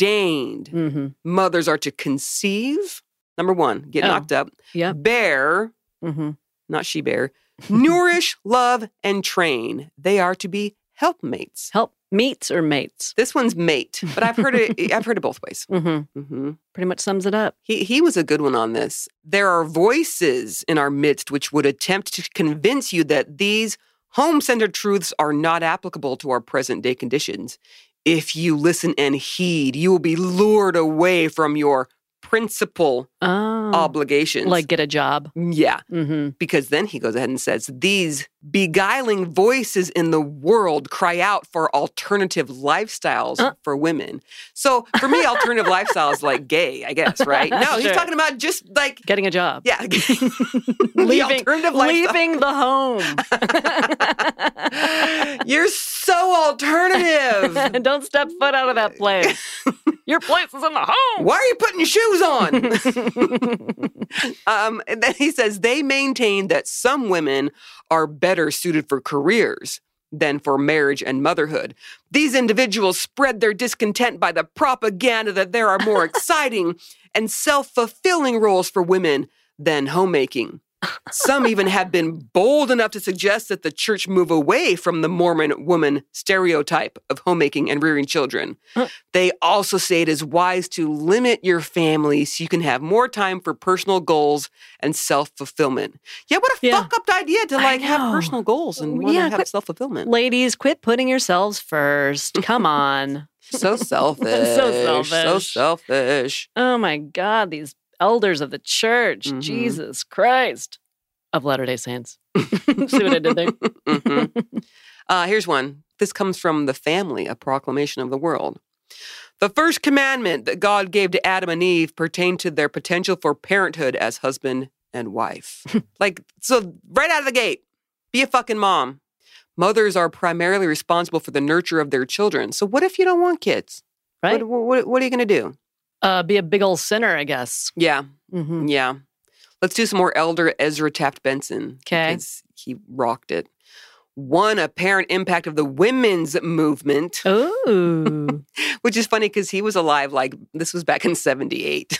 Speaker 2: ordained.
Speaker 1: Mhm.
Speaker 2: Mothers are to conceive. Number one, get
Speaker 1: Oh.
Speaker 2: knocked up.
Speaker 1: Yep.
Speaker 2: Bear,
Speaker 1: Mhm.
Speaker 2: not she bear. nourish, love, and train. They are to be helpmates.
Speaker 1: Help meets or mates.
Speaker 2: This one's mate, but I've heard it. I've heard it both ways.
Speaker 1: hmm
Speaker 2: hmm
Speaker 1: Pretty much sums it up.
Speaker 2: He, he was a good one on this. There are voices in our midst which would attempt to convince you that these home centered truths are not applicable to our present day conditions. If you listen and heed, you will be lured away from your principal
Speaker 1: Oh,
Speaker 2: obligations.
Speaker 1: like get a job.
Speaker 2: yeah,
Speaker 1: hmm
Speaker 2: because then he goes ahead and says, These beguiling voices in the world cry out for alternative lifestyles
Speaker 1: Uh.
Speaker 2: for women. So for me, alternative lifestyles like gay, I guess, right? No, he's
Speaker 1: Sure.
Speaker 2: talking about just like,
Speaker 1: Getting a job.
Speaker 2: yeah, the
Speaker 1: Leaving,
Speaker 2: alternative lifestyle.
Speaker 1: leaving the home.
Speaker 2: You're so alternative.
Speaker 1: Don't step foot out of that place. Your place is in the home.
Speaker 2: Why are you putting shoes on? um, and then he says they maintain that some women are better suited for careers than for marriage and motherhood. These individuals spread their discontent by the propaganda that there are more exciting and self fulfilling roles for women than homemaking. Some even have been bold enough to suggest that the church move away from the Mormon woman stereotype of homemaking and rearing children. They also say it is wise to limit your family so you can have more time for personal goals and self fulfillment. Yeah, what a
Speaker 1: Yeah.
Speaker 2: fuck up idea to
Speaker 1: I
Speaker 2: like have
Speaker 1: know.
Speaker 2: personal goals and want
Speaker 1: Yeah,
Speaker 2: to have
Speaker 1: quit-
Speaker 2: self fulfillment.
Speaker 1: Ladies, quit putting yourselves first. Come on.
Speaker 2: So selfish. So
Speaker 1: selfish.
Speaker 2: selfish.
Speaker 1: Oh my God, these elders of the church.
Speaker 2: Mhm.
Speaker 1: Jesus Christ. Of Latter day Saints. See what I did there?
Speaker 2: Mhm. uh, here's one. This comes from the family, a proclamation of the world. The first commandment that God gave to Adam and Eve pertained to their potential for parenthood as husband and wife. like, so right out of the gate, be a fucking mom. Mothers are primarily responsible for the nurture of their children. So, what if you don't want kids?
Speaker 1: Right?
Speaker 2: What, what, what are you going to do?
Speaker 1: Uh, be a big old sinner, I guess.
Speaker 2: Yeah.
Speaker 1: hmm
Speaker 2: Yeah. Let's do some more Elder Ezra Taft Benson.
Speaker 1: 'Kay.
Speaker 2: Because he rocked it. One apparent impact of the women's movement,
Speaker 1: Ooh.
Speaker 2: which is funny because he was alive, like, this was back in 78.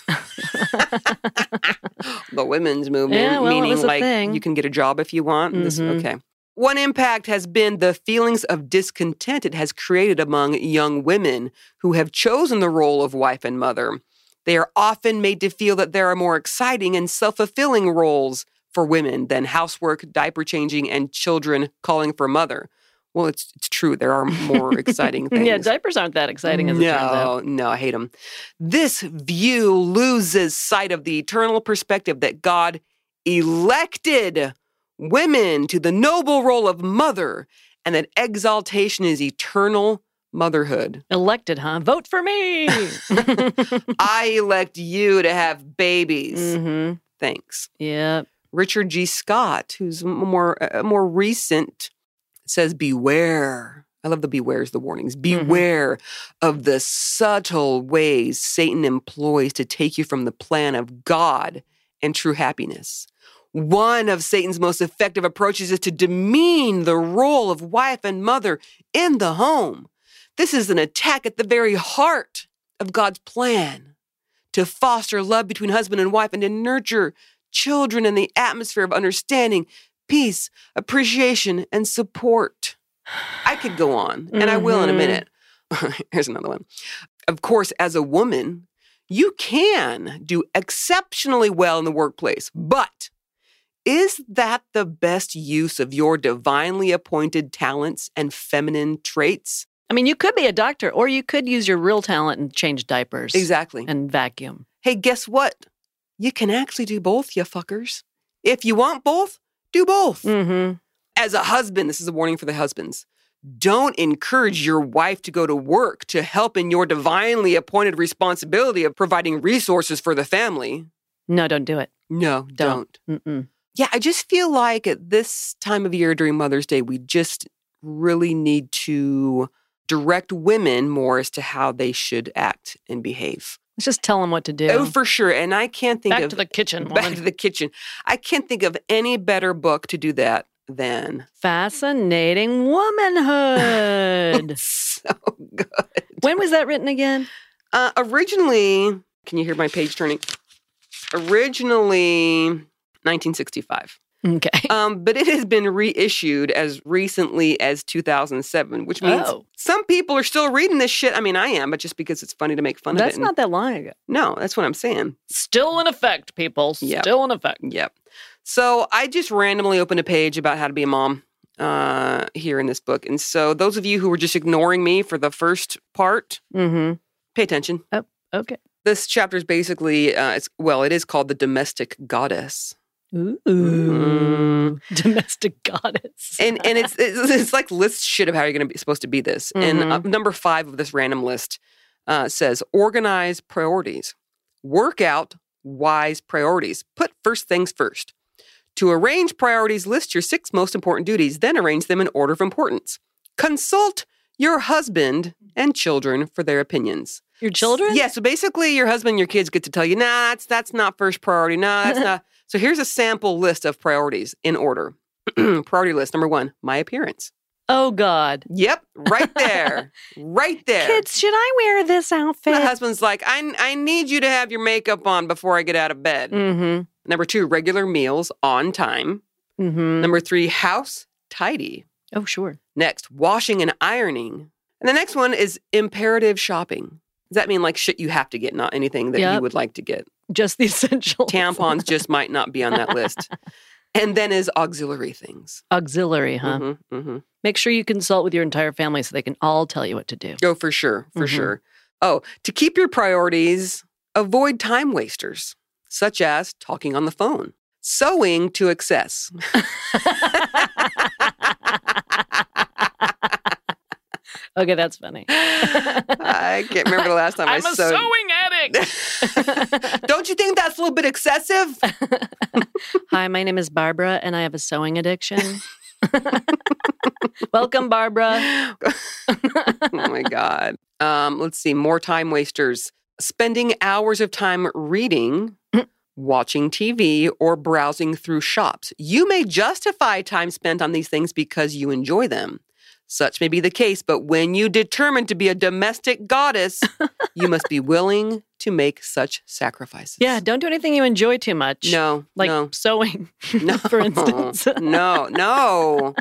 Speaker 2: the women's movement,
Speaker 1: Yeah, well, it
Speaker 2: meaning
Speaker 1: was a
Speaker 2: like
Speaker 1: thing.
Speaker 2: you can get a job if you want. and This,
Speaker 1: Mhm.
Speaker 2: okay. One impact has been the feelings of discontent it has created among young women who have chosen the role of wife and mother. They are often made to feel that there are more exciting and self fulfilling roles for women than housework, diaper changing, and children calling for mother. Well, it's, it's true. There are more exciting things.
Speaker 1: yeah, diapers aren't that exciting as it
Speaker 2: no,
Speaker 1: turns out.
Speaker 2: No, I hate them. This view loses sight of the eternal perspective that God elected women to the noble role of mother and that exaltation is eternal motherhood.
Speaker 1: Elected, huh? Vote for me.
Speaker 2: I elect you to have babies.
Speaker 1: hmm
Speaker 2: Thanks.
Speaker 1: Yeah.
Speaker 2: Richard G. Scott, who's a more a more recent, says beware. I love the bewares, the warnings. Beware of the subtle ways Satan employs to take you from the plan of God and true happiness. One of Satan's most effective approaches is to demean the role of wife and mother in the home. This is an attack at the very heart of God's plan to foster love between husband and wife and to nurture children in the atmosphere of understanding, peace, appreciation, and support. I could go on, and I will in a
Speaker 1: Mhm.
Speaker 2: minute. Here's another one. Of course, as a woman, you can do exceptionally well in the workplace, but is that the best use of your divinely appointed talents and feminine traits?
Speaker 1: I mean, you could be a doctor, or you could use your real talent and change diapers
Speaker 2: Exactly.
Speaker 1: and vacuum.
Speaker 2: hey, guess what? You can actually do both, you fuckers. If you want both, do both.
Speaker 1: Mm-hmm.
Speaker 2: As a husband, this is a warning for the husbands. Don't encourage your wife to go to work to help in your divinely appointed responsibility of providing resources for the family.
Speaker 1: No, don't do it.
Speaker 2: No, don't.
Speaker 1: Don't. Mm-mm.
Speaker 2: Yeah, I just feel like at this time of year during Mother's Day, we just really need to direct women more as to how they should act and behave.
Speaker 1: Let's just tell them what to do.
Speaker 2: Oh, for sure. And I can't think
Speaker 1: Back
Speaker 2: of
Speaker 1: to the kitchen,
Speaker 2: back
Speaker 1: woman.
Speaker 2: to the kitchen. I can't think of any better book to do that than.
Speaker 1: Fascinating womanhood.
Speaker 2: It's so good.
Speaker 1: when was that written again?
Speaker 2: Uh, originally, can you hear my page turning? Originally, 1965.
Speaker 1: Okay.
Speaker 2: Um, but it has been reissued as recently as 2007, which means
Speaker 1: Oh.
Speaker 2: some people are still reading this shit. I mean, I am, but just because it's funny to make fun
Speaker 1: That's
Speaker 2: of it.
Speaker 1: not that long ago.
Speaker 2: no, that's what I'm saying.
Speaker 1: Still in effect, people.
Speaker 2: Yep.
Speaker 1: Still in effect.
Speaker 2: Yep. So I just randomly opened a page about how to be a mom uh, here in this book. And so those of you who were just ignoring me for the first part,
Speaker 1: Mm-hmm.
Speaker 2: pay attention.
Speaker 1: Okay.
Speaker 2: This chapter is basically, uh, it's, well, it is called The Domestic Goddess.
Speaker 1: Ooh.
Speaker 2: Mm.
Speaker 1: Domestic goddess.
Speaker 2: And and it's, it's, it's like list shit of how you're gonna be supposed to be this. And uh, number five of this random list uh, says organize priorities, work out wise priorities, put first things first. To arrange priorities, list your six most important duties, then arrange them in order of importance. Consult your husband and children for their opinions.
Speaker 1: Your children?
Speaker 2: Yeah, so basically your husband and your kids get to tell you, nah, that's that's not first priority. Nah, that's not. So here's a sample list of priorities in order. priority list number one, my appearance.
Speaker 1: Oh God.
Speaker 2: Yep, right there. right there.
Speaker 1: Kids, should I wear this outfit?
Speaker 2: And the husband's like, I, I need you to have your makeup on before I get out of bed.
Speaker 1: Mm-hmm.
Speaker 2: Number two, regular meals on time.
Speaker 1: Mm-hmm.
Speaker 2: Number three, house tidy.
Speaker 1: Oh, sure.
Speaker 2: Next, washing and ironing. And the next one is imperative shopping. Does that mean like shit you have to get, not anything that you
Speaker 1: Yep.
Speaker 2: would like to get?
Speaker 1: Just the essential
Speaker 2: tampons just might not be on that list. And then is auxiliary things.
Speaker 1: Auxiliary, huh?
Speaker 2: Mhm, mhm.
Speaker 1: Make sure you consult with your entire family so they can all tell you what to do.
Speaker 2: Oh, for sure, for
Speaker 1: Mhm.
Speaker 2: sure. Oh, to keep your priorities, avoid time wasters, such as talking on the phone, sewing to excess.
Speaker 1: okay, that's funny.
Speaker 2: I can't remember the last time I
Speaker 1: I'm a
Speaker 2: sewed.
Speaker 1: sewing addict.
Speaker 2: Don't you think that's a little bit excessive?
Speaker 1: Hi, my name is Barbara, and I have a sewing addiction. Welcome, Barbara.
Speaker 2: oh my god. Um, let's see. More time wasters. Spending hours of time reading,
Speaker 1: Mm.
Speaker 2: watching TV, or browsing through shops. You may justify time spent on these things because you enjoy them. Such may be the case, but when you determine to be a domestic goddess, you must be willing to make such sacrifices.
Speaker 1: Yeah, don't do anything you enjoy too much.
Speaker 2: No.
Speaker 1: like
Speaker 2: no.
Speaker 1: sewing,
Speaker 2: No.
Speaker 1: for instance.
Speaker 2: no. No.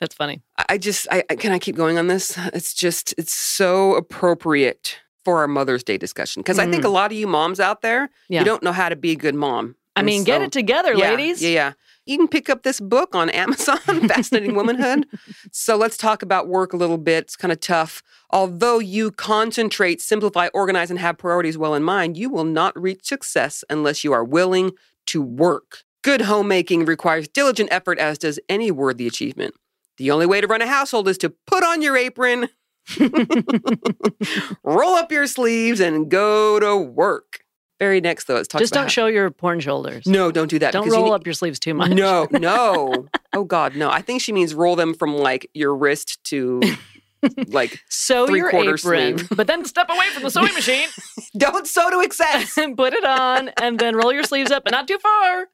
Speaker 1: that's funny.
Speaker 2: I- I just, I, I can I keep going on this? It's just, it's so appropriate for our Mother's Day discussion because I think a lot of you moms out there,
Speaker 1: Mm. Yeah.
Speaker 2: you don't know how to be a good mom.
Speaker 1: I
Speaker 2: And
Speaker 1: mean, get
Speaker 2: so-
Speaker 1: it together,
Speaker 2: yeah,
Speaker 1: ladies.
Speaker 2: Yeah, yeah. You can pick up this book on Amazon, Fascinating Womanhood. So let's talk about work a little bit. It's kind of tough. Although you concentrate, simplify, organize, and have priorities well in mind, you will not reach success unless you are willing to work. Good homemaking requires diligent effort, as does any worthy achievement. The only way to run a household is to put on your apron, roll up your sleeves, and go to work. very next though, it talks
Speaker 1: Just
Speaker 2: about
Speaker 1: don't
Speaker 2: how-
Speaker 1: show your porn shoulders.
Speaker 2: No, don't do that.
Speaker 1: Don't
Speaker 2: because you
Speaker 1: roll
Speaker 2: need-
Speaker 1: up your sleeves too much.
Speaker 2: No, no. oh God, no. I think she means roll them from like your wrist to like
Speaker 1: Sew your
Speaker 2: Three-quarter
Speaker 1: apron,
Speaker 2: sleeve.
Speaker 1: but then step away from the sewing machine
Speaker 2: don't sew to excess.
Speaker 1: and put it on, and then roll your sleeves up, but not too far.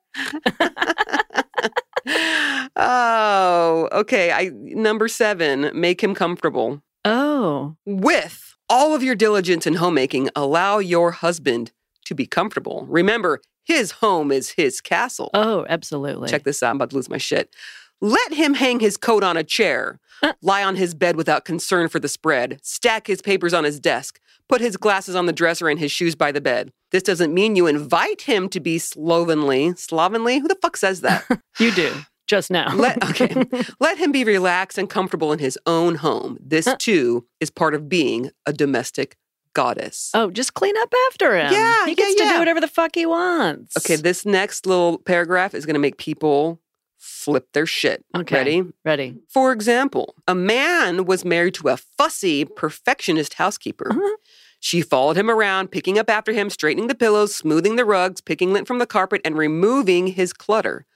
Speaker 2: oh, okay. I number seven, make him comfortable.
Speaker 1: Oh,
Speaker 2: With all of your diligence in homemaking, allow your husband to be comfortable. Remember, his home is his castle.
Speaker 1: oh, absolutely.
Speaker 2: Check this out. I'm about to lose my shit. Let him hang his coat on a chair,
Speaker 1: Uh.
Speaker 2: lie on his bed without concern for the spread, stack his papers on his desk, put his glasses on the dresser and his shoes by the bed. This doesn't mean you invite him to be slovenly. Slovenly? Who the fuck says that?
Speaker 1: you do just now.
Speaker 2: Let, okay. Let him be relaxed and comfortable in his own home.
Speaker 1: Uh.
Speaker 2: This, too, is part of being a domestic goddess.
Speaker 1: Oh, just clean up after him.
Speaker 2: Yeah,
Speaker 1: he gets
Speaker 2: yeah,
Speaker 1: to
Speaker 2: yeah.
Speaker 1: do whatever the fuck he wants.
Speaker 2: Okay, this next little paragraph is going to make people flip their shit.
Speaker 1: Okay.
Speaker 2: Ready?
Speaker 1: ready.
Speaker 2: For example, a man was married to a fussy perfectionist housekeeper.
Speaker 1: Uh-huh.
Speaker 2: She followed him around, picking up after him, straightening the pillows, smoothing the rugs, picking lint from the carpet, and removing his clutter.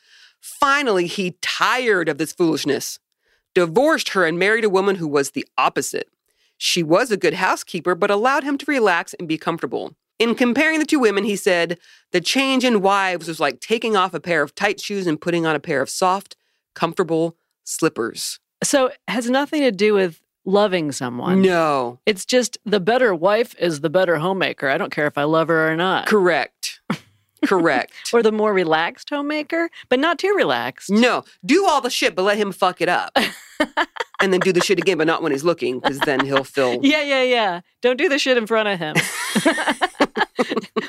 Speaker 2: Finally, he tired of this foolishness, divorced her, and married a woman who was the opposite. She was a good housekeeper, but allowed him to relax and be comfortable. In comparing the two women, he said, The change in wives was like taking off a pair of tight shoes and putting on a pair of soft, comfortable slippers.
Speaker 1: So it has nothing to do with loving someone.
Speaker 2: No.
Speaker 1: It's just the better wife is the better homemaker. I don't care if I love her or not.
Speaker 2: Correct. Correct.
Speaker 1: Or the more relaxed homemaker, but not too relaxed.
Speaker 2: No. Do all the shit, but let him fuck it up. and then do the shit again, but not when he's looking, because then he'll feel.
Speaker 1: Yeah, yeah, yeah. Don't do the shit in front of him.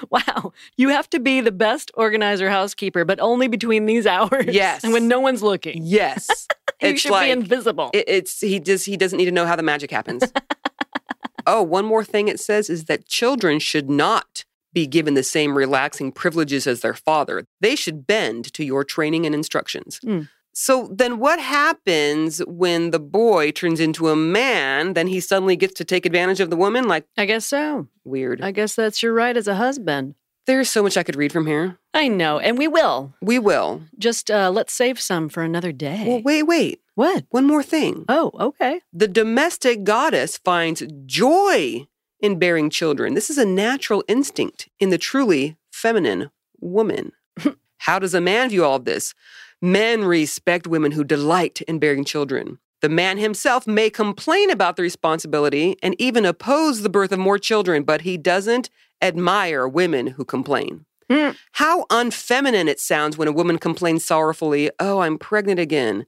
Speaker 1: wow. You have to be the best organizer housekeeper, but only between these hours.
Speaker 2: Yes.
Speaker 1: And when no one's looking.
Speaker 2: Yes.
Speaker 1: you
Speaker 2: it's
Speaker 1: should
Speaker 2: like
Speaker 1: be invisible.
Speaker 2: it- it's he just he doesn't need to know how the magic happens. oh, one more thing it says is that children should not be given the same relaxing privileges as their father. They should bend to your training and instructions.
Speaker 1: Mm.
Speaker 2: So then what happens when the boy turns into a man, then he suddenly gets to take advantage of the woman? Like
Speaker 1: I guess so.
Speaker 2: weird.
Speaker 1: I guess that's your right as a husband.
Speaker 2: There's so much I could read from here.
Speaker 1: I know, and we will.
Speaker 2: We will.
Speaker 1: Just uh, let's save some for another day.
Speaker 2: Well, wait, wait.
Speaker 1: What?
Speaker 2: One more thing.
Speaker 1: Oh, okay.
Speaker 2: The domestic goddess finds joy in bearing children. This is a natural instinct in the truly feminine woman. How does a man view all this? Men respect women who delight in bearing children. The man himself may complain about the responsibility and even oppose the birth of more children, but he doesn't admire women who complain.
Speaker 1: Mm.
Speaker 2: How unfeminine it sounds when a woman complains sorrowfully, Oh, I'm pregnant again.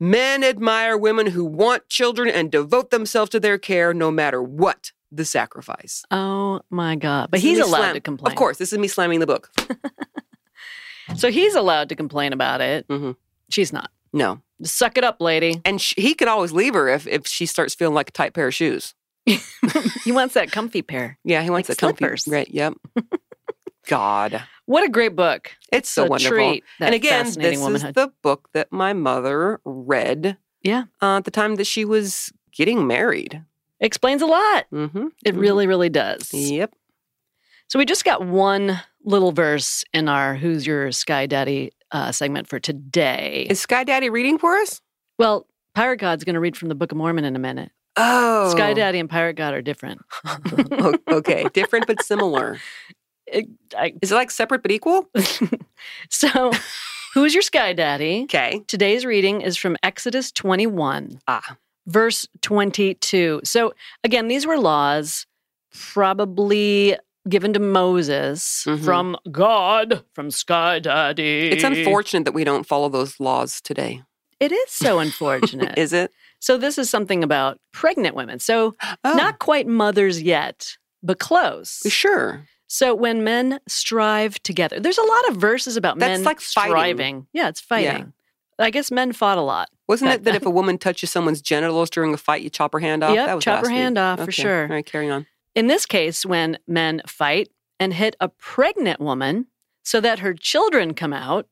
Speaker 2: Men admire women who want children and devote themselves to their care no matter what the sacrifice.
Speaker 1: Oh my God. But
Speaker 2: This is
Speaker 1: he's
Speaker 2: me
Speaker 1: allowed
Speaker 2: slam-
Speaker 1: to complain.
Speaker 2: Of course, this is me slamming the book.
Speaker 1: So he's allowed to complain about it.
Speaker 2: Mhm.
Speaker 1: She's not.
Speaker 2: No.
Speaker 1: Just suck it up, lady.
Speaker 2: And sh he could always leave her if, if she starts feeling like a tight pair of shoes.
Speaker 1: He wants that comfy pair.
Speaker 2: Yeah, he wants
Speaker 1: Like
Speaker 2: a comfy.
Speaker 1: slippers.
Speaker 2: Right, yep. God.
Speaker 1: What a great book.
Speaker 2: It's so
Speaker 1: a
Speaker 2: wonderful.
Speaker 1: treat, that
Speaker 2: and again,
Speaker 1: fascinating
Speaker 2: this
Speaker 1: womanhood.
Speaker 2: is the book that my mother read
Speaker 1: Yeah.
Speaker 2: uh, at the time that she was getting married.
Speaker 1: Explains a lot.
Speaker 2: Mm-hmm.
Speaker 1: It really, really does.
Speaker 2: Yep.
Speaker 1: So we just got one little verse in our Who's Your Sky Daddy uh, segment for today.
Speaker 2: Is Sky Daddy reading for us?
Speaker 1: well, Pirate God's going to read from the Book of Mormon in a minute.
Speaker 2: Oh.
Speaker 1: Sky Daddy and Pirate God are different.
Speaker 2: O- okay, different but similar.
Speaker 1: It- I-
Speaker 2: Is it like separate but equal?
Speaker 1: so, Who's Your Sky Daddy?
Speaker 2: Okay.
Speaker 1: Today's reading is from Exodus 21.
Speaker 2: Ah.
Speaker 1: verse 22. So again, these were laws probably given to Moses
Speaker 2: Mhm.
Speaker 1: from God, from Sky Daddy.
Speaker 2: It's unfortunate that we don't follow those laws today.
Speaker 1: It is so unfortunate.
Speaker 2: Is it?
Speaker 1: so this is something about pregnant women. So
Speaker 2: Oh,
Speaker 1: not quite mothers yet, but close.
Speaker 2: sure.
Speaker 1: So when men strive together, there's a lot of verses about
Speaker 2: That's
Speaker 1: men
Speaker 2: like fighting.
Speaker 1: striving. Yeah, it's fighting. I guess men fought a lot.
Speaker 2: Wasn't
Speaker 1: That-
Speaker 2: it that if a woman touches someone's genitals during a fight, you chop her hand off?
Speaker 1: Yep,
Speaker 2: that was
Speaker 1: chop
Speaker 2: last
Speaker 1: her hand
Speaker 2: week.
Speaker 1: off for
Speaker 2: Okay.
Speaker 1: sure.
Speaker 2: All right, carry on.
Speaker 1: In this case, when men fight and hit a pregnant woman so that her children come out,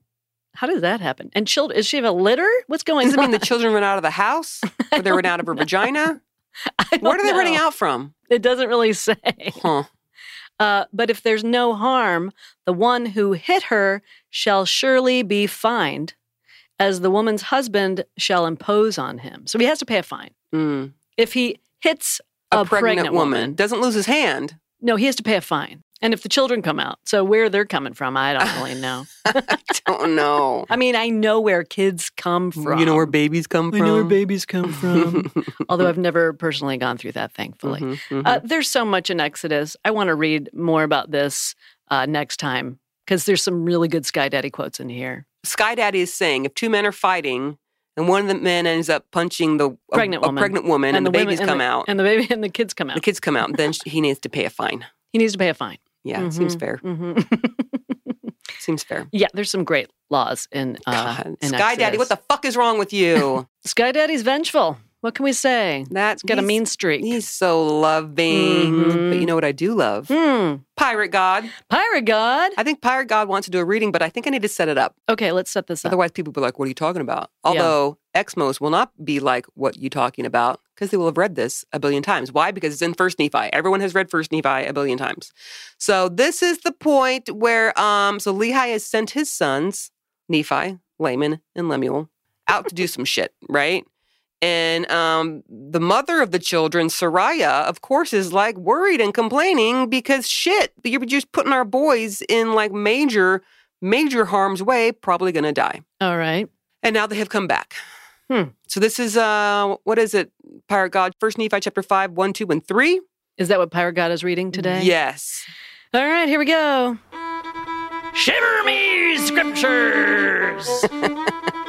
Speaker 1: how does that happen? And children, is she have a litter? What's going
Speaker 2: Does it
Speaker 1: on?
Speaker 2: mean the children run out of the house? Or they run out of her vagina?
Speaker 1: I
Speaker 2: Where
Speaker 1: don't
Speaker 2: are they running
Speaker 1: know.
Speaker 2: out from?
Speaker 1: It doesn't really say.
Speaker 2: Huh.
Speaker 1: Uh, but if there's no harm, the one who hit her shall surely be fined, as the woman's husband shall impose on him. So he has to pay a fine.
Speaker 2: Mm.
Speaker 1: If he hits
Speaker 2: A,
Speaker 1: a,
Speaker 2: pregnant, woman. doesn't lose his hand.
Speaker 1: no, he has to pay a fine. And if the children come out, so where they're coming from, I don't really know.
Speaker 2: Don't know.
Speaker 1: I mean, I know where kids come from.
Speaker 2: Oh, You know where babies come from.
Speaker 1: babies come from. Although I've never personally gone through that, thankfully.
Speaker 2: Mhm, mhm.
Speaker 1: Uh, there's so much in Exodus. I want to read more about this uh, next time because there's some really good Sky Daddy quotes in here.
Speaker 2: Sky Daddy is saying if two men are fighting and one of the men ends up punching the a-
Speaker 1: Pregnant
Speaker 2: a,
Speaker 1: woman.
Speaker 2: pregnant woman and, the,
Speaker 1: women-
Speaker 2: babies
Speaker 1: and
Speaker 2: come
Speaker 1: the-
Speaker 2: out,
Speaker 1: and the baby and the kids come out.
Speaker 2: the kids come out, then sh- he needs to pay a fine.
Speaker 1: he needs to pay a fine.
Speaker 2: Yeah, it seems
Speaker 1: Mhm,
Speaker 2: fair.
Speaker 1: mhm.
Speaker 2: Seems fair.
Speaker 1: yeah, there's some great laws in, uh,
Speaker 2: God,
Speaker 1: in
Speaker 2: Sky Daddy, what the fuck is wrong with you?
Speaker 1: the Sky Daddy's vengeful. What can we say?
Speaker 2: That's
Speaker 1: He's got a mean streak.
Speaker 2: He's so loving, but
Speaker 1: Mhm.
Speaker 2: you know what I do love?
Speaker 1: Hmm.
Speaker 2: Pirate God.
Speaker 1: Pirate God.
Speaker 2: I think Pirate God wants to do a reading, but I think I need to set it up.
Speaker 1: Okay, let's set this up.
Speaker 2: Otherwise, people will be like, "What are you talking about?"
Speaker 1: Yeah.
Speaker 2: Although Exmos will not be like, "What you talking about?" because they will have read this a billion times. Why? Because it's in First Nephi. Everyone has read First Nephi a billion times. So this is the point where, um, so Lehi has sent his sons Nephi, Laman, and Lemuel out to do some shit, right? And um, the mother of the children, Soraya, of course, is like worried and complaining because shit, you're just putting our boys in like major, major harm's way, probably gonna die
Speaker 1: All right.
Speaker 2: and now they have come back.
Speaker 1: Hmm.
Speaker 2: So this is uh what is it? Pirate God, First Nephi chapter 5, 1, 2, and 3.
Speaker 1: Is that what Pirate God is reading today?
Speaker 2: Yes.
Speaker 1: All right, here we go.
Speaker 4: Shiver me scriptures!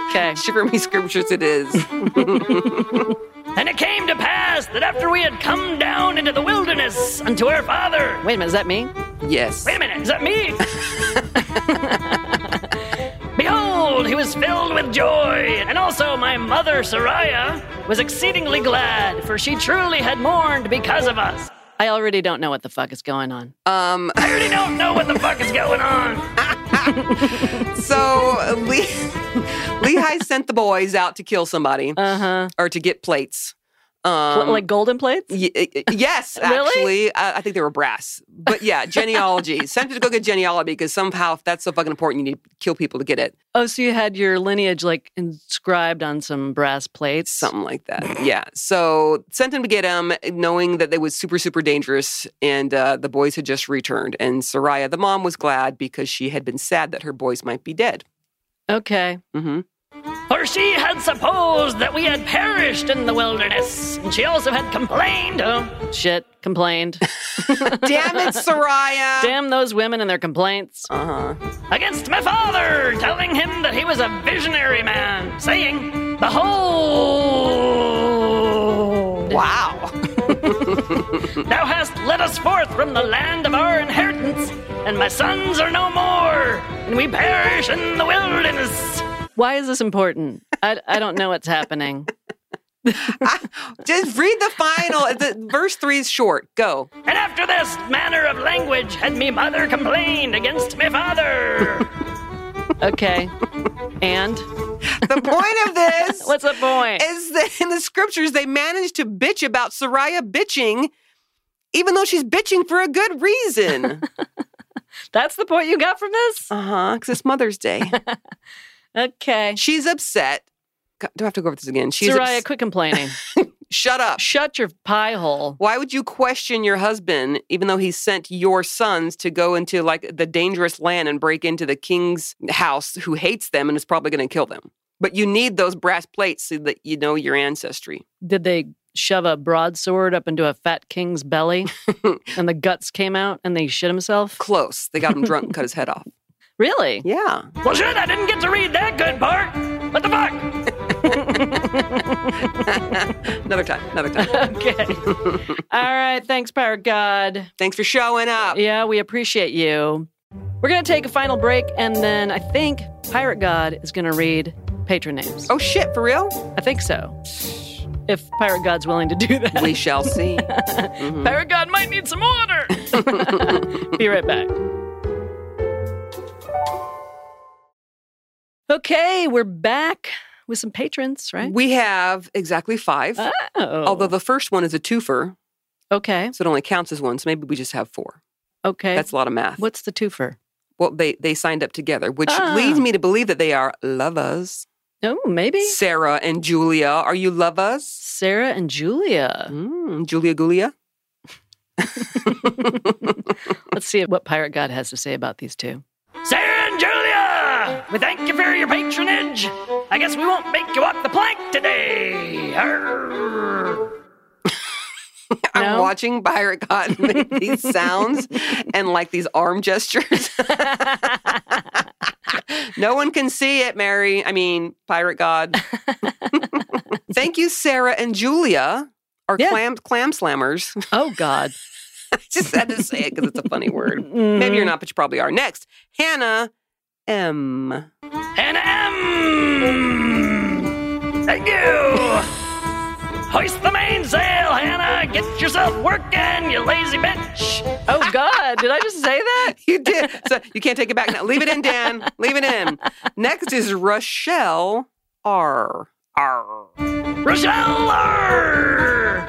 Speaker 1: Okay.
Speaker 2: Shiver me scriptures it is.
Speaker 4: and it came to pass that after we had come down into the wilderness unto our father.
Speaker 1: Wait a minute, is that me?
Speaker 2: yes.
Speaker 4: Wait a minute, is that me? Behold, he was filled with joy, and also my mother Sariah was exceedingly glad, for she truly had mourned because of us.
Speaker 1: I already don't know what the fuck is going on.
Speaker 2: Um
Speaker 4: I really don't know what the fuck is going on.
Speaker 2: so Le- Lehi sent the boys out to kill somebody
Speaker 1: Uh huh.
Speaker 2: or to get plates. Um
Speaker 1: like golden plates?
Speaker 2: y- y- yes,
Speaker 1: Really?
Speaker 2: actually, I, I think they were brass, but yeah, genealogy. Sent them to go get genealogy because somehow, if that's so fucking important, you need to kill people to get it.
Speaker 1: Oh, so you had your lineage like inscribed on some brass plates?
Speaker 2: something like that. Yeah. So sent him to get him, eh, knowing that they was super super dangerous, and uh, the boys had just returned. And Soraya, the mom, was glad because she had been sad that her boys might be dead.
Speaker 1: Okay.
Speaker 2: hmm
Speaker 4: For she had supposed that we had perished in the wilderness, and she also had complained. uh,
Speaker 1: Shit. Complained.
Speaker 2: Damn it, Soraya.
Speaker 1: Damn those women and their complaints.
Speaker 2: Uh huh.
Speaker 4: against my father, telling him that he was a visionary man, saying, Behold,
Speaker 2: Wow.
Speaker 4: thou hast led us forth from the land of our inheritance, and my sons are no more, and we perish in the wilderness.
Speaker 1: Why is this important? I, I don't know what's happening.
Speaker 2: Just read the final. The verse three is short. Go.
Speaker 4: And after this manner of language had me mother complained against me father.
Speaker 1: Okay. And
Speaker 2: The point of this
Speaker 1: what's the point?
Speaker 2: is that in the scriptures they managed to bitch about Soraya bitching, even though she's bitching for a good reason.
Speaker 1: That's the point you got from this?
Speaker 2: uh huh. Because it's Mother's Day.
Speaker 1: Okay.
Speaker 2: She's upset. God, Do I have to go over this again? She's
Speaker 1: Soraya,
Speaker 2: ups-
Speaker 1: quit complaining.
Speaker 2: shut up.
Speaker 1: Shut your pie hole.
Speaker 2: Why would you question your husband, even though he sent your sons to go into like the dangerous land and break into the king's house, who hates them and is probably going to kill them? But you need those brass plates so that you know your ancestry.
Speaker 1: Did they shove a broadsword up into a fat king's belly and the guts came out and they shit himself?
Speaker 2: Close. They got him drunk and cut his head off.
Speaker 1: Really?
Speaker 2: Yeah.
Speaker 4: well, shit, I didn't get to read that good part. What the fuck?
Speaker 2: Another time. Another time.
Speaker 1: Okay. All right. Thanks, Power God.
Speaker 2: Thanks for showing up.
Speaker 1: Yeah, we appreciate you. We're going to take a final break, and then I think Pirate God is going to read patron names.
Speaker 2: Oh, shit. For real?
Speaker 1: I think so. If Pirate God's willing to do that,
Speaker 2: We shall see.
Speaker 1: Pirate God might need some water. Be right back. Okay, we're back with some patrons, right?
Speaker 2: We have exactly five,
Speaker 1: Oh.
Speaker 2: although the first one is a twofer,
Speaker 1: okay.
Speaker 2: so it only counts as one. So maybe we just have four.
Speaker 1: Okay.
Speaker 2: That's a lot of math.
Speaker 1: What's the twofer?
Speaker 2: well, they they signed up together, which
Speaker 1: Ah.
Speaker 2: leads me to believe that they are lovers.
Speaker 1: Oh, maybe.
Speaker 2: Sarah and Julia, are you lovers?
Speaker 1: Sarah and Julia.
Speaker 2: Mm, Julia Gulia.
Speaker 1: Let's see what Pirate God has to say about these two.
Speaker 4: Sarah and Julia, we thank you for your patronage. I guess we won't make you walk the plank today. Arr.
Speaker 2: I'm
Speaker 1: No?
Speaker 2: watching Byron Cotton make these sounds and like these arm gestures. no one can see it, Mary. I mean, Pirate God. Thank you, Sarah and Julia, our
Speaker 1: Yeah.
Speaker 2: clam, clam slammers.
Speaker 1: Oh, God.
Speaker 2: I just had to say it because it's a funny word. Maybe
Speaker 1: Mm.
Speaker 2: you're not, but you probably are. Next, Hannah M.
Speaker 4: Hannah M. Thank you. Hoist the mainsail, Hannah. Get yourself working, you lazy bitch.
Speaker 1: Oh, God. Did I just say that?
Speaker 2: You did. So you can't take it back now. Leave it in, Dan. Leave it in. Next is Rochelle R. R.
Speaker 4: Rochelle! arr.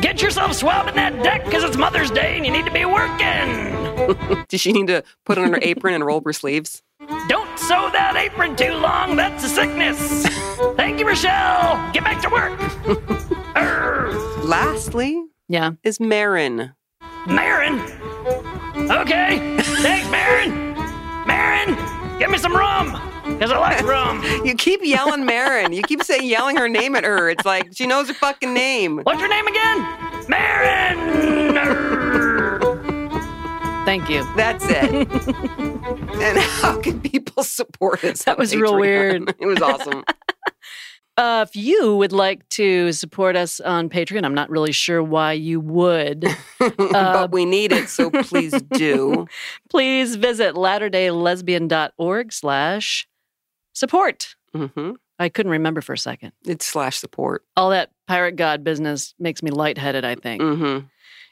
Speaker 4: Get yourself swabbing that deck because it's Mother's Day and you need to be working.
Speaker 2: Does she need to put on her apron and roll up her sleeves?
Speaker 4: Don't sew that apron too long, that's a sickness. Thank you, Rochelle. Get back to work. Arr.
Speaker 2: Lastly
Speaker 1: Yeah.
Speaker 2: is Marin.
Speaker 4: Marin! Okay, thanks, Marin. Marin, get me some rum because I like rum.
Speaker 2: You keep yelling Marin. You keep saying yelling her name at her. It's like she knows her fucking name.
Speaker 4: What's your name again? Marin! Arr.
Speaker 1: Thank you.
Speaker 2: That's it. and how can people support us?
Speaker 1: That
Speaker 2: on
Speaker 1: was real
Speaker 2: Patreon?
Speaker 1: weird.
Speaker 2: It was awesome.
Speaker 1: Uh, if you would like to support us on Patreon, I'm not really sure why you would. Uh,
Speaker 2: but we need it, so please do.
Speaker 1: Please visit latterdaylesbian.org slash support.
Speaker 2: hmm
Speaker 1: I couldn't remember for a second.
Speaker 2: It's slash support.
Speaker 1: All that pirate god business makes me lightheaded, I think.
Speaker 2: hmm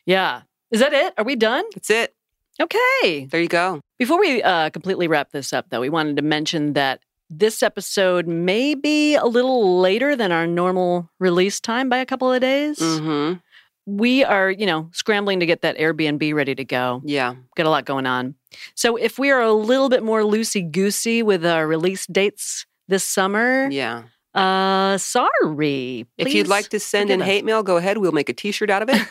Speaker 1: Yeah. Is that it? Are we done?
Speaker 2: That's it.
Speaker 1: Okay.
Speaker 2: There you go.
Speaker 1: Before we uh, completely wrap this up, though, we wanted to mention that this episode may be a little later than our normal release time by a couple of days.
Speaker 2: hmm
Speaker 1: We are, you know, scrambling to get that Airbnb ready to go.
Speaker 2: Yeah.
Speaker 1: Got a lot going on. So if we are a little bit more loosey goosey with our release dates this summer,
Speaker 2: Yeah.
Speaker 1: uh, sorry.
Speaker 2: if you'd
Speaker 1: Please
Speaker 2: like to send in
Speaker 1: forgive us.
Speaker 2: hate mail, go ahead. We'll make a T-shirt out of it.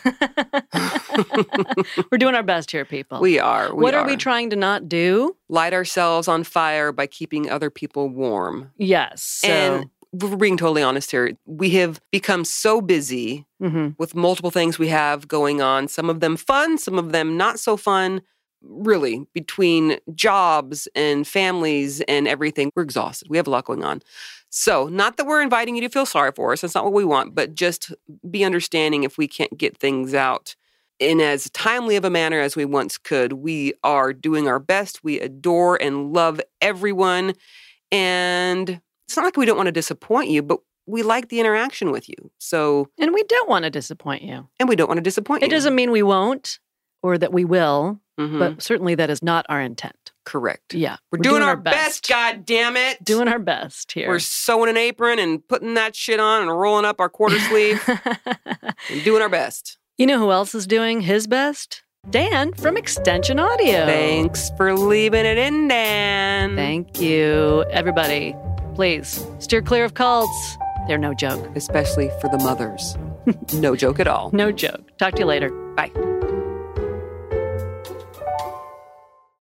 Speaker 1: We're doing our best here, people.
Speaker 2: we are. We
Speaker 1: what are we trying to not do?
Speaker 2: Light ourselves on fire by keeping other people warm.
Speaker 1: Yes. So,
Speaker 2: And if we're being totally honest here. We have become so busy
Speaker 1: mhm.
Speaker 2: with multiple things we have going on. Some of them fun, some of them not so fun. Really, between jobs and families and everything, we're exhausted. We have a lot going on. So, not that we're inviting you to feel sorry for us, that's not what we want, but just be understanding if we can't get things out in as timely of a manner as we once could. We are doing our best. We adore and love everyone. And it's not like we don't want to disappoint you, but we like the interaction with you. So,
Speaker 1: and we don't want to disappoint you.
Speaker 2: and we don't want to disappoint you.
Speaker 1: It doesn't mean we won't or that we will,
Speaker 2: Mhm.
Speaker 1: but certainly that is not our intent.
Speaker 2: correct.
Speaker 1: Yeah.
Speaker 2: We're, doing, our best. God damn it.
Speaker 1: Doing our best here.
Speaker 2: We're sewing an apron and putting that shit on and rolling up our quarter sleeve and doing our best.
Speaker 1: you know who else is doing his best? Dan from Extension Audio.
Speaker 2: Thanks for leaving it in, Dan.
Speaker 1: Thank you, everybody. Please steer clear of cults. They're no joke.
Speaker 2: Especially for the mothers. no joke at all.
Speaker 1: No joke. Talk to you later.
Speaker 2: Bye.